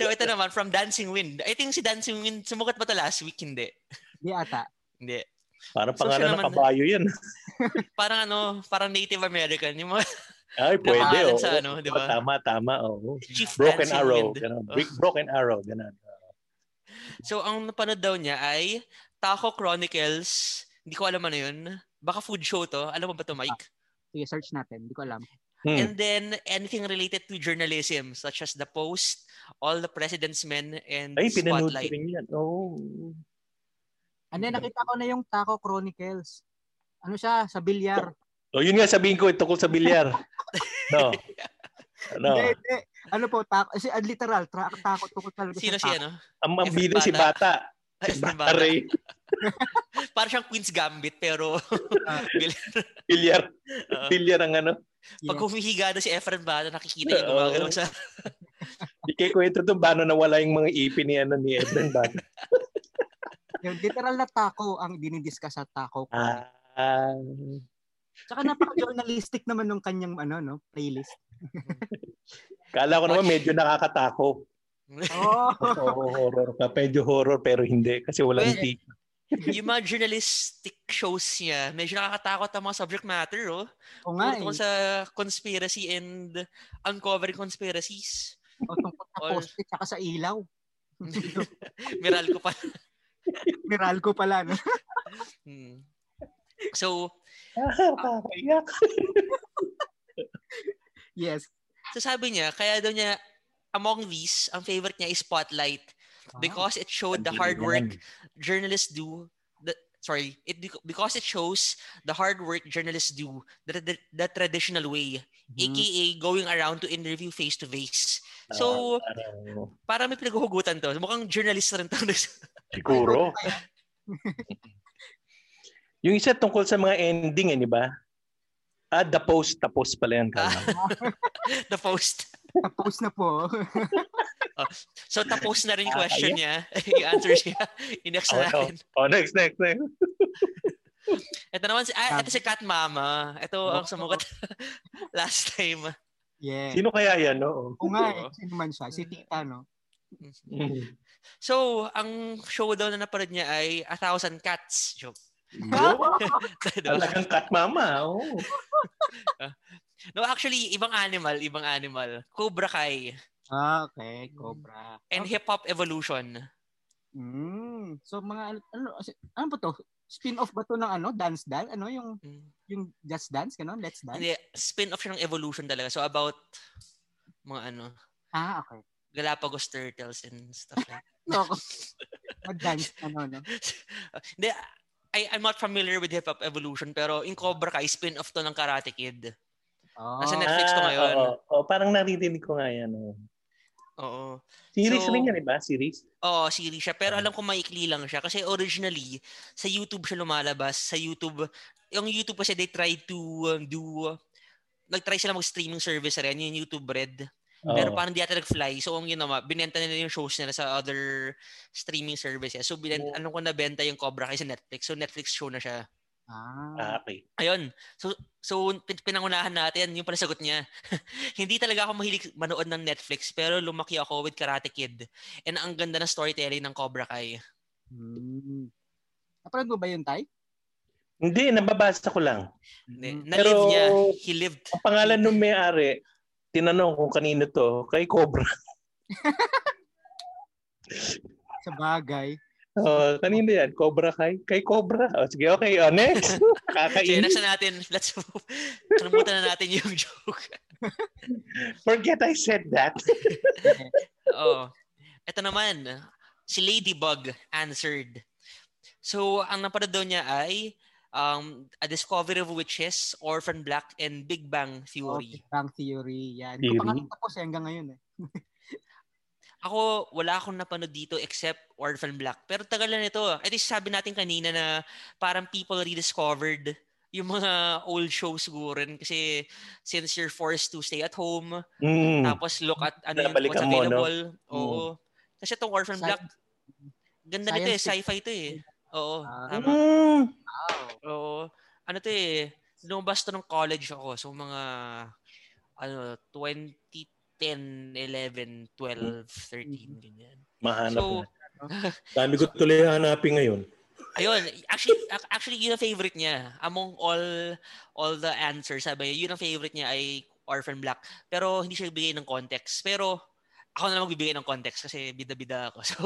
S3: so ito naman, from Dancing Wind. I think si Dancing Wind, sumukat ba ito last week? Hindi.
S1: Di ata.
S3: Hindi.
S2: Parang
S3: So,
S2: pangalan
S3: siya
S2: ng
S3: naman-
S2: kabayo yan.
S3: Parang ano, parang Native American. Yung mga
S2: Ay, pwede.
S3: Nakalan
S2: oo.
S3: sa ano, di ba?
S2: Tama, tama. Oh. oo.
S3: Chief
S2: Broken
S3: Dancing
S2: Arrow.
S3: Wind.
S2: Ganun.
S3: Oh.
S2: Big Broken Arrow. Ganun.
S3: So, ang napanood daw niya ay Taco Chronicles. Hindi ko alam ano yun. Baka food show to. Alam mo ba to, Mike?
S1: Sige, search natin. Hindi ko alam.
S2: Hmm.
S3: And then, anything related to journalism, such as The Post, All the President's Men, and
S2: Ay, pinanood ko
S3: Spotlight.
S2: rin yan. Oh. Oo.
S1: Ano, nakita ko na yung Taco Chronicles. Ano siya? Sa bilyar.
S2: O, Oh, yun nga sabihin ko, eh, tungkol sa bilyar. no. No.
S1: Hindi, hindi. Ano po, taco? Kasi ah, literal, tra- taco tungkol talaga
S3: Sino
S1: sa taco.
S3: si ano?
S2: Ang
S3: Eh,
S2: mabida Ah, si
S3: bata.
S2: Bata.
S3: Ay,
S2: Bata Ray.
S3: Parang siyang Queen's Gambit, pero
S2: Bilyar.
S3: Oo.
S2: Bilyar ang ano.
S3: pag humihiga na si Efren Bata, nakikita yung gumagalaw sa...
S2: Di kay kwento to, paano nawala yung mga ipin ni, ano, ni Edwin Bata.
S1: Yung literal na taco ang dinidiscuss sa taco.
S2: Ah. ah.
S1: Tsaka napaka-journalistic naman nung kanyang ano, no, playlist.
S2: kala ko naman medyo nakakatako.
S1: Oh,
S2: Oo, horror ka. Medyo horror pero hindi kasi walang
S3: Well,
S2: tea.
S3: yung mga journalistic shows niya, medyo nakakatakot ang mga subject matter, oh.
S1: o nga
S3: Puro
S1: eh.
S3: tungkol sa conspiracy and uncovering conspiracies.
S1: O Oh, tungkol sa
S3: All-
S1: poste tsaka sa ilaw.
S3: Meral ko pa.
S1: Meralco pala, no?
S3: Hmm. So,
S2: Nakakaiyak.
S1: Yes.
S3: so sabi niya, kaya daw niya, among these, ang favorite niya is Spotlight because it showed the hard work journalists do the, sorry, it because it shows the hard work journalists do the, the, the traditional way, aka going around to interview face to face. So,
S2: Parang-
S3: para may pinaghuhugutan to. Mukhang journalist rin to.
S2: Siguro. yung isa tungkol sa mga ending, eh, di ba? Ah, the post. Tapos pala yan. Carl.
S3: the post.
S1: Tapos na po.
S3: So, tapos na rin yung question niya. yung answers niya. I-next
S2: Oh, no.
S3: na natin.
S2: oh, next, next, next.
S3: Ito naman, si, ah, ito si Kat Mama. Ito
S1: Oh.
S3: ang sumukat last time.
S1: Yeah.
S2: Sino kaya yan? Oo.
S1: Kung nga, eh, sino man siya?
S3: Mm.
S1: Si Tita, no?
S3: So, ang showdown na napanood niya ay A Thousand Cats. Joke.
S2: Yo,
S3: Diba?
S2: Talagang cat mama. Oh.
S3: no, actually, ibang animal, ibang animal. Cobra Kai
S1: Ah, okay. Cobra.
S3: and Hip Hop Evolution.
S1: Mm. So mga al- ano ano ba to? Spin-off ba to ng ano? Dance Dance? Ano yung
S3: Mm.
S1: yung Just Dance ganun? Let's Dance.
S3: Hindi, spin-off siya ng Evolution talaga. So, about mga ano,
S1: Ah, okay.
S3: Galapagos Turtles and stuff like
S1: No, ako. Mag-dance ano no.
S3: Hindi, I, I'm not familiar with Hip Hop Evolution pero in Cobra Kai, spin-off to ng Karate Kid.
S1: Oh.
S3: Nasa Netflix to ngayon.
S2: Ah, oo. Oo, Oh, parang naririnig ko nga yan. oo.
S3: Oo.
S2: Series
S3: So-
S2: rin yan, di ba? Series?
S3: Oo, series siya. Pero alam ko maikli lang siya. Kasi originally, sa YouTube siya lumalabas. Sa YouTube, yung YouTube kasi they tried to um, do, nag-try sila mag-streaming service rin, yung YouTube Red.
S2: Oo.
S3: Pero parang di ata nag-fly. So, ang ginawa, binenta nila yung shows nila sa other streaming services. So, binenta, alam ko nabenta yung Cobra Kai sa Netflix. So, Netflix show na siya.
S1: Ah.
S2: Ah, okay.
S3: Ayun. So, so pin- pinangunahan natin yung pala sagot niya. Hindi talaga ako mahilig manood ng Netflix pero lumaki ako with Karate Kid. And ang ganda ng storytelling ng Cobra Kai.
S1: Mm. Napanood mo ba yun, Tay?
S2: Hindi, nababasa ko lang.
S1: Mm.
S3: Hindi. Na-live
S2: Pero-
S3: niya. He lived.
S2: Ang pangalan ng may-ari, tinanong kung kanino to, kay Cobra.
S1: Sa bagay.
S2: Oh, kanino yan? Cobra kay? Kay Cobra. Oh, sige, okay. Oh, next.
S3: Okay,
S2: Kakainis.
S3: next na natin. Let's move. Kalimutan na natin yung joke.
S2: Forget I said that.
S3: Oo. Ito naman, si Ladybug answered. So, ang napanood daw niya ay um, A Discovery of Witches, Orphan Black, and Big Bang Theory.
S1: Okay, Bang Theory. Yan.
S2: Theory.
S1: Hindi ko pa nga tapos eh, hanggang ngayon eh.
S3: Ako, wala akong napanood dito except Orphan Black. Pero tagal na nito. At least sabi natin kanina na parang people rediscovered yung mga old shows siguro rin. Kasi since you're forced to stay at home,
S2: Mm.
S3: tapos look at ano yung what's
S2: Nabalikan mo, no? Hmm.
S3: available. Oo. Kasi itong Orphan
S1: Sci-
S3: Black, ganda nito eh.
S1: Science fiction.
S3: Sci-fi to eh. Oo.
S1: Ah.
S3: tama.
S2: Mm.
S3: Oh. Oo. Ano to eh, lumabas to ng college ako. So mga, ano, 2010, 11,
S2: Hmm.
S3: 12, 13, ganyan.
S2: Mahanap
S3: So,
S2: na. Dami ko tuloy hanapin ngayon.
S3: ayun. Actually, ac- actually, yun ang favorite niya. Among all all the answers, sabi niya, yun ang favorite niya ay Orphan Black. Pero hindi siya bigay ng context. Pero ako na lang magbibigay ng context kasi bida-bida ako. So,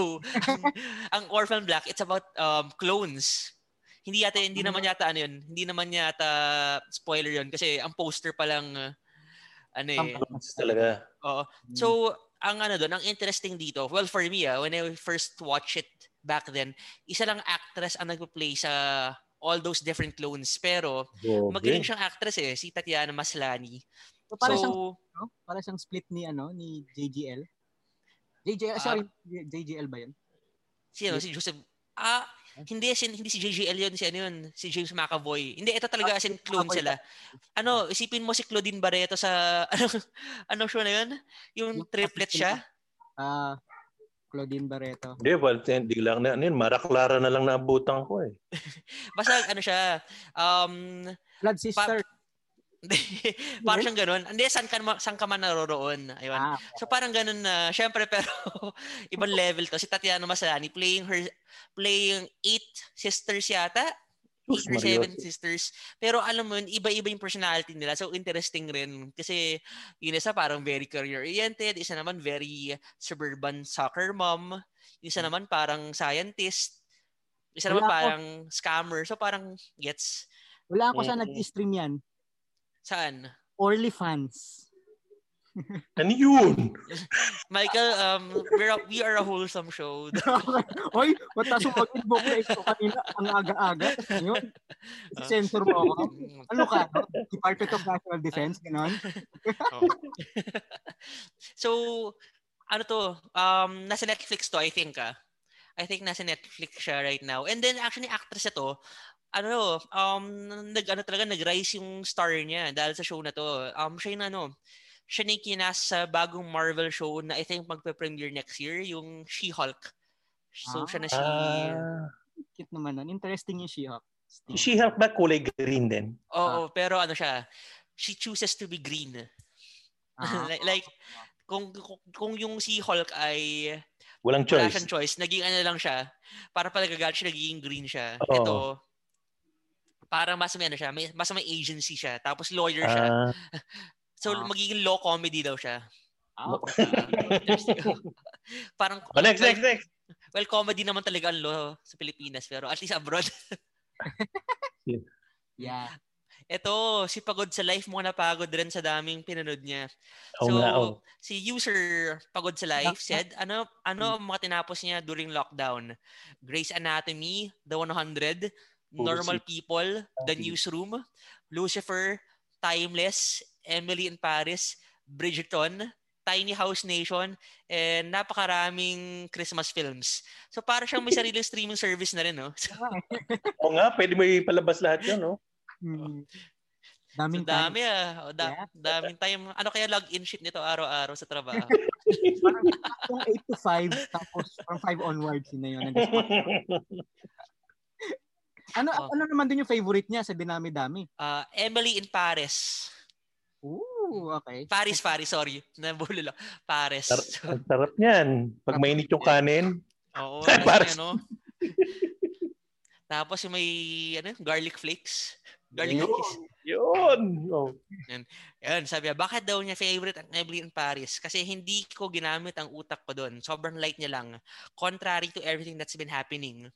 S3: ang, ang Orphan Black, it's about um, clones. Hindi yata, hindi naman yata ano yun. Hindi naman yata spoiler yun kasi ang poster palang uh, ano eh.
S2: Talaga.
S3: Oo. So,
S1: Hmm.
S3: ang ano doon, ang interesting dito, well for me, ah, when I first watched it back then, isa lang actress ang nagpa-play sa all those different clones. Pero, magaling siyang actress eh, si Tatiana Maslany.
S1: So, para siyang
S3: So,
S1: no? para siyang split ni ano ni JGL. JGL
S3: Ah.
S1: sorry, JGL ba 'yun?
S3: si, ano, si Joseph, ah, hindi, si, hindi si JGL yun, si ano yun, si James McAvoy. Hindi, ito talaga as in
S1: Ah,
S3: clone
S1: McAvoy
S3: sila. Ano, isipin mo si Claudine Barreto sa, ano, ano show na yun? Yung
S1: Yung
S3: triplet siya?
S1: Ah, Claudine Barreto.
S2: Hindi, well, hindi lang na. Ano yun, Maraklara na lang naabutan ko eh.
S3: Basta, ano siya, um,
S1: Blood Sister.
S3: Hindi. parang siyang ganun. Hindi, saan ka, ma- saan ka man naroroon. Ayun.
S1: ah,
S3: So parang ganun na, syempre pero ibang level to. Si Tatiana Maslany playing her, playing eight sisters yata. Eight or seven sisters. Pero alam mo yun, iba-iba yung personality nila. So interesting rin. Kasi yun isa parang very career-oriented. Isa naman very suburban soccer mom. Yung Isa naman parang scientist. Isa naman
S1: Hmm. Wala ako.
S3: parang scammer. So parang gets.
S1: wala ako sa
S2: Mm.
S1: nag-stream 'yan.
S3: Saan?
S1: Orly fans.
S2: Ano yun?
S3: Michael, um, we're a, we are a wholesome show. Uh,
S1: Hoy, wala sumagot mo na ito kanina. Ang aga-aga. Yun. Sensor mo ako. Ano ka? No? Department of National Defense? Ganon?
S3: um, so, ano to? Um, nasa Netflix to, I think. Ah. I think nasa Netflix siya right now. And then actually actress na to, ano, um, nag, ano talaga, nag-rise yung star niya dahil sa show na to. Um, siya yung ano, siya na yung kinas sa bagong Marvel show na I think magpe-premiere next year, yung She-Hulk. So, siya na si...
S2: Ah,
S1: Cute naman nun. Interesting yung She-Hulk.
S2: she helped ba kulay green din? Ah.
S3: Oo, pero ano siya, she chooses to be green.
S1: Ah.
S3: like, like, kung, kung, kung yung si Hulk ay
S2: Walang
S3: wala
S2: choice.
S3: siyang choice, naging ano lang siya, para pala gagal siya, naging green siya.
S2: Oo.
S3: Ito, parang mas may ano siya, may, mas may agency siya, tapos lawyer siya.
S2: Ah,
S3: so,
S1: Ah.
S3: magiging law comedy daw siya.
S1: Ah, okay.
S3: parang,
S2: oh, next, next, next.
S3: well, comedy naman talaga ang law sa Pilipinas, pero at least abroad.
S1: Yeah.
S3: Ito, si Pagod sa Life, mukhang napagod rin sa daming pinanood niya.
S2: Oo
S3: so,
S2: nga, oo.
S3: si user pagod sa life said, ano ano ang mga tinapos niya during lockdown? Grey's Anatomy, The 100, Normal People, The Newsroom, Lucifer, Timeless, Emily in Paris, Bridgerton, Tiny House Nation, and napakaraming Christmas films. So para siyang may sariling streaming service na rin, no? So,
S2: Oo nga, pwede mo ipalabas lahat yun, no?
S1: Hmm. Daming time.
S3: dami ah. O, da-
S1: Yeah.
S3: Daming time. Ano kaya login sheet nito araw-araw sa trabaho?
S1: Parang yung 8 to 5, tapos from 5 onwards, yun na yun. Ano,
S3: Oh.
S1: ano naman din yung favorite niya sa dinami-dami?
S3: Ah, Emily in Paris.
S1: Ooh, okay.
S3: Paris, Paris, sorry. Nabulol ako. Paris.
S2: Tar- Ang sarap niyan.
S3: Ah.
S2: Pag mainit yung kanin,
S3: Oo,
S2: Ay,
S3: ano
S2: Paris.
S3: yan, no? Tapos yung may ano, garlic flakes. Garlic cookies.
S2: yun. Oh.
S3: Ayun, sabi niya, bakit daw niya favorite ang Evelyn in Paris? Kasi hindi ko ginamit ang utak ko doon. Sobrang light niya lang. Contrary to everything that's been happening.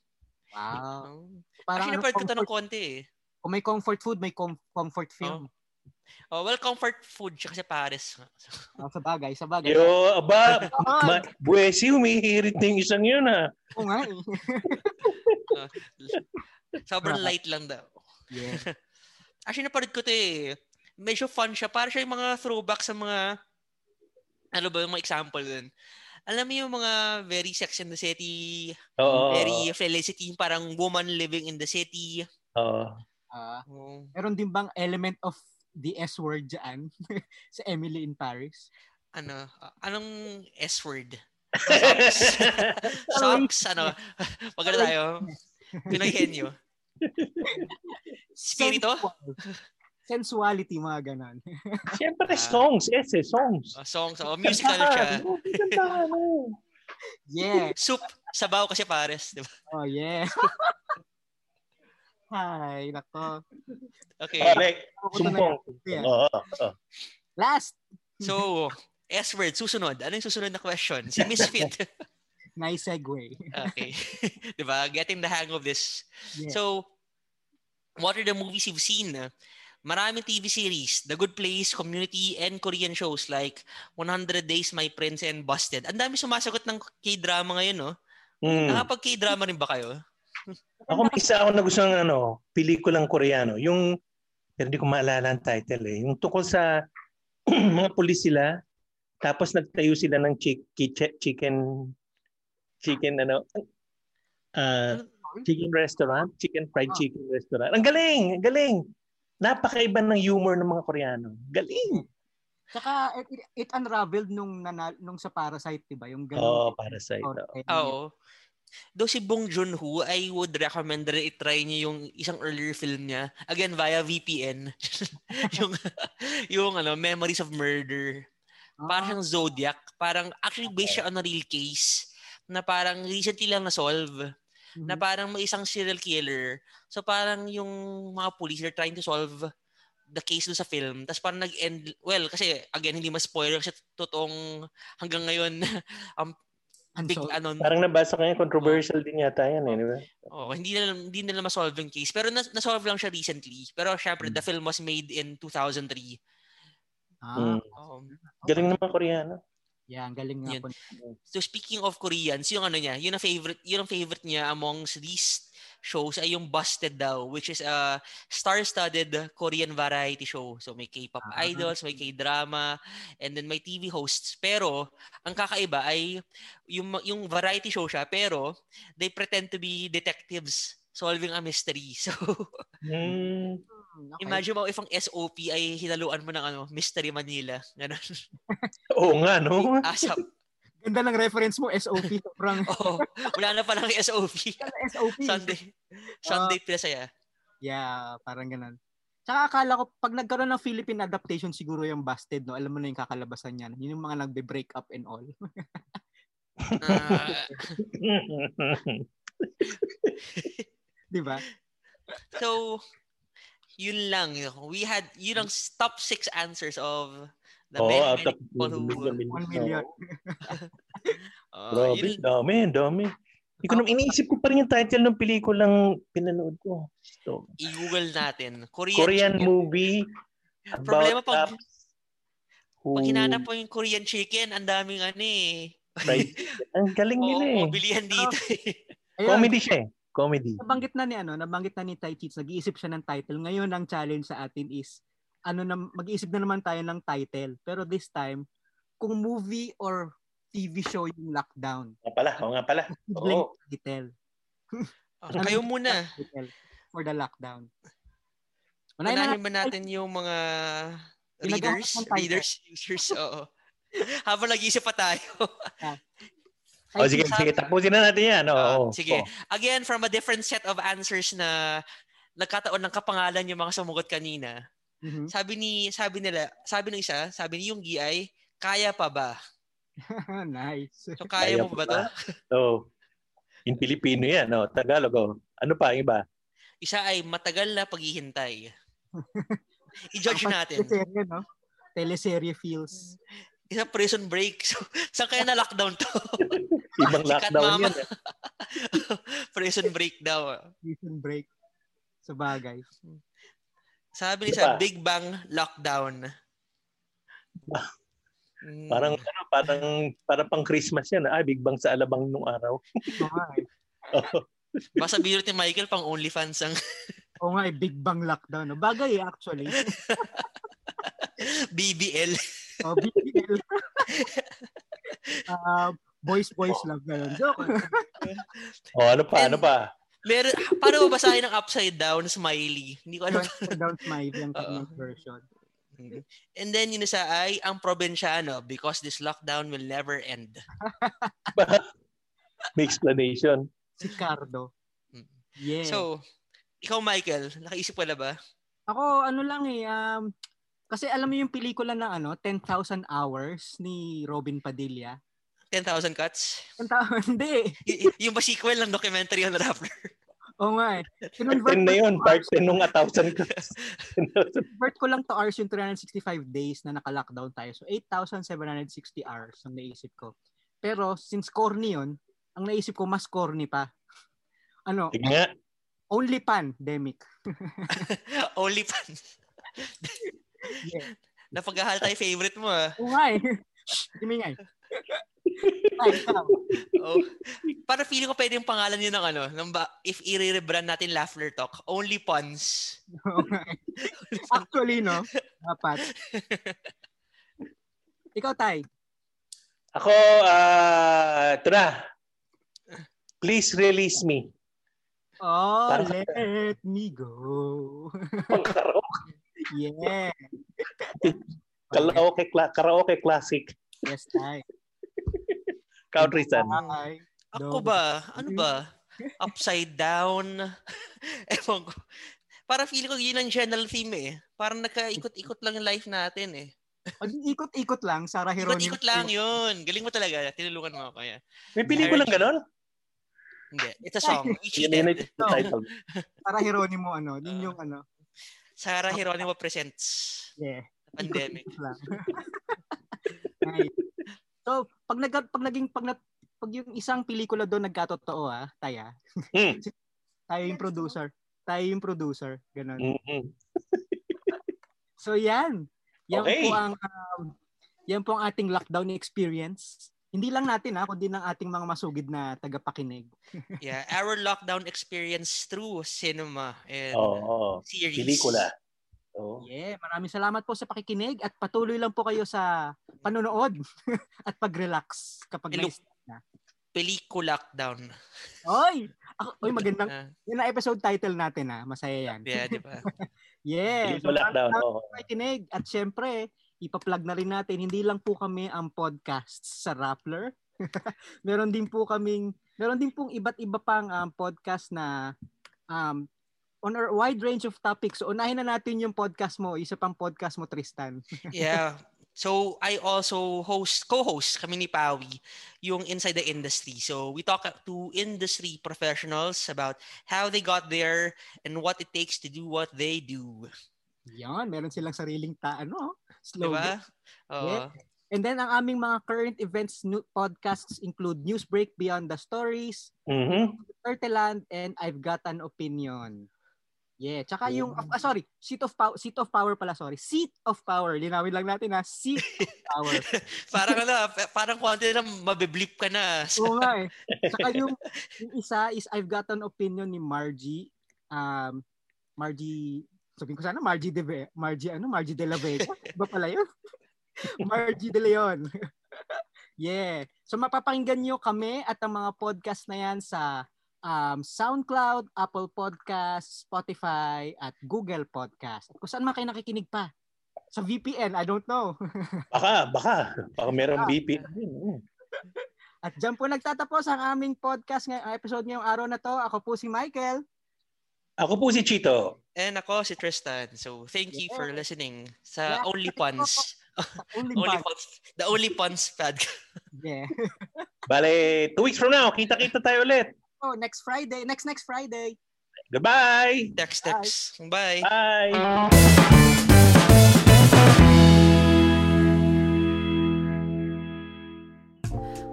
S1: Wow. Ah.
S3: Oh.
S1: Parang ano,
S3: Actually, napalad ko to ng
S1: comfort,
S3: konti eh.
S1: kung may comfort food, may com- comfort film.
S3: Oh, well, comfort food siya kasi Paris.
S1: Ah, sa bagay, sa bagay.
S2: Yo, aba,
S1: Oo,
S2: ma- buwesi, humihirit na yung isang yun, ah.
S1: oo nga eh.
S3: Sobrang light lang daw.
S1: Yeah.
S3: Actually, napanood ko to eh. Medyo fun siya. Para siya yung mga throwback sa mga, ano ba, yung mga example dun. Alam mo yung mga very sex in the city,
S2: Oo.
S3: very felicity, yung parang woman living in the city.
S2: Oo.
S1: Ah,
S3: Oh.
S1: meron din bang element of the S word dyan sa Emily in Paris?
S3: Ano, ah, anong S-word? Socks. Socks, ano. Maganda tayo. Pinoy henyo. Spirito?
S1: Sensual. Sensuality, mga ganon.
S2: Siyempre,
S3: Ah.
S2: songs. Ese, songs. ano?
S3: Oh, songs. Oh, musical siya.
S2: Oo, kakantahan, oo.
S1: Yeah.
S3: Soup. Sabaw kasi pares. Di ba?
S1: Oh, yeah. Hi, nako.
S3: Okay.
S2: Ah, next.
S1: Ako ko talaga.
S2: Sumpong.
S1: Yeah.
S2: Oo. oo.
S1: Last,
S3: So, S-word, susunod. Ano yung susunod na question? Si Misfit.
S1: nice segue.
S3: Okay. Di ba? Getting the hang of this.
S1: Yeah.
S3: So, what are the movies you've seen? Maraming TV series, The Good Place, Community, and Korean shows like 100 Days, My Prince, and Busted. Ang dami sumasagot ng K-drama ngayon, no?
S2: Mm.
S3: Nakapag K-drama rin ba kayo?
S2: Ako may isa ako na gusto ng ano, pelikulang Koreano. Yung, pero hindi ko maalala ang title eh. Yung tungkol sa mga pulis sila, tapos nagtayo sila ng chi- chi- chicken, chicken ano, ah, chicken restaurant, Ah. chicken fried chicken restaurant. Ang galing, ang galing. Napakaiba ng humor ng mga Koreano. Galing.
S1: Saka, it, it- it unraveled nung, nana, nung sa Parasite, di ba? Yung ganon.
S2: Oo, oh, para sa ito.
S1: Or-
S3: Ah, Oo. Though si Bong Joon-ho, I would recommend rin itry niyo yung isang earlier film niya. Again, via VPN. yung, yung ano, Memories of Murder.
S1: Ah,
S3: Parang siyang Zodiac. Parang actually based siya on a real case na parang recently lang na-solve.
S1: mhm.
S3: Na parang may isang serial killer. So parang yung mga police are trying to solve the case doon sa film. Tapos parang nag-end, well, kasi again, hindi ma-spoiler kasi totoong hanggang ngayon, big,
S1: Unsolved.
S3: ano,
S2: Parang nabasa ko yun, controversial din yata yan eh, di ba?
S3: Oh, hindi na hindi nila ma-solve yung case. Pero na, solve lang siya recently. Pero syempre, the film was made in 2003.
S1: Ah,
S2: Mm.
S3: Oh.
S2: Galing naman Koreano.
S1: yeah, ang galing nga
S3: Yun.
S1: po.
S3: So speaking of Koreans, yung ano niya, yun ang favorite, yun ang favorite niya amongst these shows ay yung Busted daw, which is a star-studded Korean variety show. So may K-pop
S1: Ah.
S3: idols, may K-drama, and then may TV hosts. Pero ang kakaiba ay yung yung variety show siya, pero they pretend to be detectives solving a mystery. So
S2: Mm.
S1: Hmm, okay.
S3: imagine mo if ang SOP ay hinaluan mo ng ano, Mystery Manila. Ganun.
S2: Oo nga, no?
S3: Asap.
S1: Ganda ng reference mo, SOP. Sobrang
S3: Oo. Wala na palang SOP.
S1: SOP.
S3: Sunday. Sunday
S2: Ah.
S3: pila saya.
S1: Yeah, parang ganun. Tsaka akala ko, pag nagkaroon ng Philippine adaptation, siguro yung Busted, no? Alam mo na yung kakalabasan niyan. Yun yung mga nagbe-break up and all.
S3: Ah,
S1: Di ba?
S3: so, yun lang. We had, yun ang top six answers of the
S2: Oo, ah, out
S3: many, many
S2: of
S3: people who...
S1: One million.
S3: Ah,
S2: Grabe,
S3: yun-
S2: dami, dami. Hindi ko naman, iniisip ko pa rin yung title ng pelikulang pinanood ko. So,
S3: i-google natin. Korean,
S2: Korean
S3: chicken.
S2: movie about
S3: Problema pag-
S2: cops who
S3: Pag hinanap mo yung Korean chicken, ang daming ano eh.
S2: try- Ang galing
S3: Oo,
S2: nila eh.
S3: bilihan dito eh.
S1: Ayun,
S2: Comedy siya eh. Comedy.
S1: Nabanggit na ni ano, nabanggit na ni Tai Cheats, nag-iisip siya ng title. Ngayon ang challenge sa atin is ano na mag-iisip na naman tayo ng title. Pero this time, kung movie or TV show yung lockdown.
S2: Nga pala, oo nga pala.
S1: Blank
S2: Oo.
S1: title.
S3: Oh, kayo muna.
S1: Title for the lockdown. Unahin na
S3: Unahin ba natin yung mga
S1: Ginagawa
S3: readers?
S1: ng title.
S3: Readers, users, oo. Habang nag-iisip pa tayo.
S1: natin.
S2: Oh, sige,
S3: Sabi-
S2: sige, tapusin na natin yan.
S3: Ah,
S2: Oo, oo.
S3: sige. Again, from a different set of answers na nagkataon ng kapangalan yung mga sumugot kanina.
S1: Mhm.
S3: Sabi ni sabi nila, sabi ng isa, sabi ni yung GI, kaya pa ba?
S1: nice.
S3: So kaya, mo ba, to?
S2: Oo. In Filipino yan, no? Tagalog, oh. Ano pa, yung iba?
S3: Isa ay matagal na paghihintay. I-judge
S1: Ang
S3: natin.
S1: Teleserye, no? Teleserye feels.
S3: Isa prison break. So, saan kaya na lockdown to?
S2: Ibang
S3: Sikat
S2: lockdown
S3: mama.
S2: yan. eh.
S3: prison break daw.
S1: Prison break. Sa bagay.
S3: Sabi ni
S2: Isa
S3: isa,
S2: pa.
S3: Big Bang lockdown. Mm.
S2: Parang, ano, parang, parang pang Christmas yan. Ah, Big Bang sa alabang nung araw.
S1: Oo nga eh.
S2: Oo.
S3: basta binulot ni Michael pang OnlyFans ang
S1: Oo nga eh, Big Bang Lockdown. No? Bagay eh, actually.
S3: BBL.
S1: Oh, BBL. Ah, boys, boys love na yun. Joke.
S2: Oh, ano pa, ano pa?
S3: Mer paano babasahin ang upside down smiley? Hindi ko alam.
S1: Upside down smile yung kanyang version.
S3: And then yun isa ay ang probinsyano because this lockdown will never end.
S2: May explanation.
S1: Si Cardo.
S3: Mm.
S1: Yeah.
S3: So, ikaw Michael, nakaisip ka na ba?
S1: Ako, ano lang eh, um, kasi alam mo yung pelikula ng ano, 10,000 Hours ni Robin Padilla?
S3: 10,000 cuts?
S1: 10,000, hindi eh.
S3: Y- y- yung ba sequel ng documentary on Rappler?
S1: Oo nga eh. Kinonvert
S2: 10 na
S1: ko-
S2: yun. Part 10 nung 1,000 ka.
S1: convert ko lang to hours yung 365 days na naka-lockdown tayo. So, 8,760 hours ang naisip ko. Pero, since corny yun, ang naisip ko, mas corny pa. Ano,
S2: Sige nga.
S1: only pandemic.
S3: Only fan.
S1: Yeah.
S3: Napaghahal tayo favorite mo ah.
S1: Oo nga eh. Shh, Imingay. Ay, ikaw.
S3: Oh. Para feeling ko pwede yung pangalan yun ng ano, ng ba, if i-rebrand natin Laughler Talk, Only Puns.
S1: Oo nga eh. Actually, no? Dapat. Ikaw, Tay.
S2: Ako, ah, ito na. Please release me.
S1: Oh,
S2: Parang-
S1: let me go.
S2: Pang karaoke,
S1: Yeah.
S2: karaoke, cla- karaoke classic.
S1: Yes, Tay.
S2: Country Sun.
S1: Tay.
S3: Ako
S1: No.
S3: ba? Ano ba? Upside down? Ewan ko. Para feeling ko yun ang general theme eh. Parang nagkaikot-ikot lang yung life natin eh.
S1: Pag ikot-ikot lang, Sarah Heronimo.
S3: Ikot-ikot lang yun. Galing mo talaga. Tinulungan mo ako yan.
S2: May pelikulang ganon?
S3: Hindi. It's a song.
S2: Yun
S3: We
S2: yun yung
S3: cheated.
S2: title.
S1: Sarah Heronimo, ano.
S3: Ah.
S1: Yun yung ano.
S3: Sarah Geronimo presents
S1: Yeah.
S3: Pandemic.
S1: Ikot-ikot lang. Nice. So, pag, nag, pag naging, pag, na, pag yung isang pelikula doon nagkatotoo, ah, taya.
S2: Hmm.
S1: Tayo yung
S2: Mm-hmm.
S1: producer. Tayo yung producer. Ganun.
S2: Mm-mm.
S1: So, yan. Yan
S2: Okay.
S1: po ang um, yan po ang ating lockdown experience. Hindi lang natin ha, kundi ng ating mga masugid na tagapakinig.
S3: Yeah, our lockdown experience through cinema and
S2: Oo, oo.
S3: series.
S2: Pelikula. Oo.
S1: Yeah, maraming salamat po sa pakikinig at patuloy lang po kayo sa panonood at pag-relax kapag
S3: Hello.
S1: nais.
S3: Pelikula lockdown.
S1: Oy! Ako, oy, magandang
S3: Ah,
S1: yun ang episode title natin ha. Masaya yan.
S3: yeah, di ba?
S1: Yeah.
S2: Pelikula lockdown.
S1: maraming
S2: Oo.
S1: pakikinig. At syempre, ipa-plug na rin natin, hindi lang po kami ang podcasts sa Rappler. meron din po kaming, meron din pong iba't iba pang um, podcast na um, on a wide range of topics. So, unahin na natin yung podcast mo, isa pang podcast mo, Tristan.
S3: Yeah. So I also host co-host kami ni Pawi yung Inside the Industry. So we talk to industry professionals about how they got there and what it takes to do what they do.
S1: Yan, meron silang sariling ta, ano,
S3: Di
S1: slogan.
S3: ba? Oo.
S1: And then, ang aming mga current events new podcasts include Newsbreak, Beyond the Stories,
S2: Mhm.
S1: Turtleland and I've Got an Opinion. Yeah, tsaka yung ah, sorry, Seat of Power, Seat of Power pala, sorry. Seat of Power. Linawin lang natin ha, Seat of Power.
S3: parang ano, pa- parang konti na mabiblip ka na. So,
S1: Oo nga eh. Tsaka yung, yung isa is I've Got an Opinion ni Margie. Um, Margie, sabihin ko sana Margie de Ve- Margie ano, Margie de la Vega. Ba pala yun? Margie de Leon. yeah. So mapapakinggan nyo kami at ang mga podcast na yan sa um, SoundCloud, Apple Podcast, Spotify, at Google Podcast. At kung saan man kayo nakikinig pa. Sa VPN, I don't know.
S2: Baka, baka. Baka
S1: Ah.
S2: merong BP. Mhm.
S1: At dyan po nagtatapos ang aming podcast ngayong episode ngayong araw na to. Ako po si Michael.
S2: Ako po si Chito.
S3: and ako si Tristan. So thank you for listening sa
S1: Yeah.
S3: Only Puns.
S1: Only
S3: Only
S1: bad.
S3: Puns. The Only Puns podcast.
S1: Yeah.
S2: Bale, two weeks from now, kita-kita tayo ulit.
S1: So, Oh, next Friday, next next Friday.
S2: Goodbye!
S3: Text, text. Bye.
S2: Bye!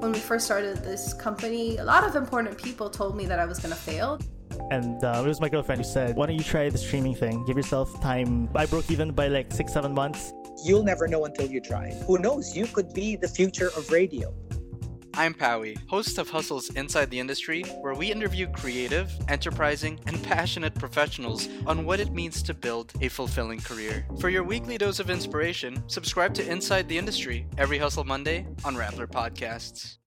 S8: when we first started this company, a lot of important people told me that I was going to fail.
S9: And uh, it was my girlfriend who said, Why don't you try the streaming thing? Give yourself time. I broke even by like six, seven months.
S10: You'll never know until you try. Who knows? You could be the future of radio.
S4: I'm Powie, host of Hustles Inside the Industry, where we interview creative, enterprising, and passionate professionals on what it means to build a fulfilling career. For your weekly dose of inspiration, subscribe to Inside the Industry every Hustle Monday on Rappler Podcasts.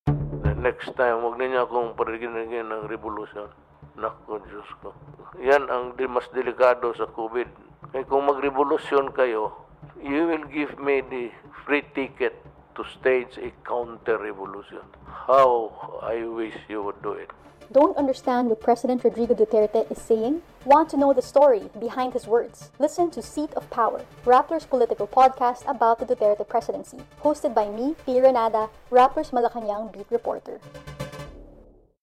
S11: Next time, huwag na niya akong pariginigin ng revolution. Naku, Diyos ko. Yan ang di- mas delikado sa COVID. Kaya kung magrevolusyon kayo, you will give me the free ticket to stage a counter-revolution. How I wish you would do it.
S12: Don't understand what President Rodrigo Duterte is saying? Want to know the story behind his words? Listen to Seat of Power, Rappler's political podcast about the Duterte presidency, hosted by me, Pia Renada, Rappler's Malacanang beat reporter.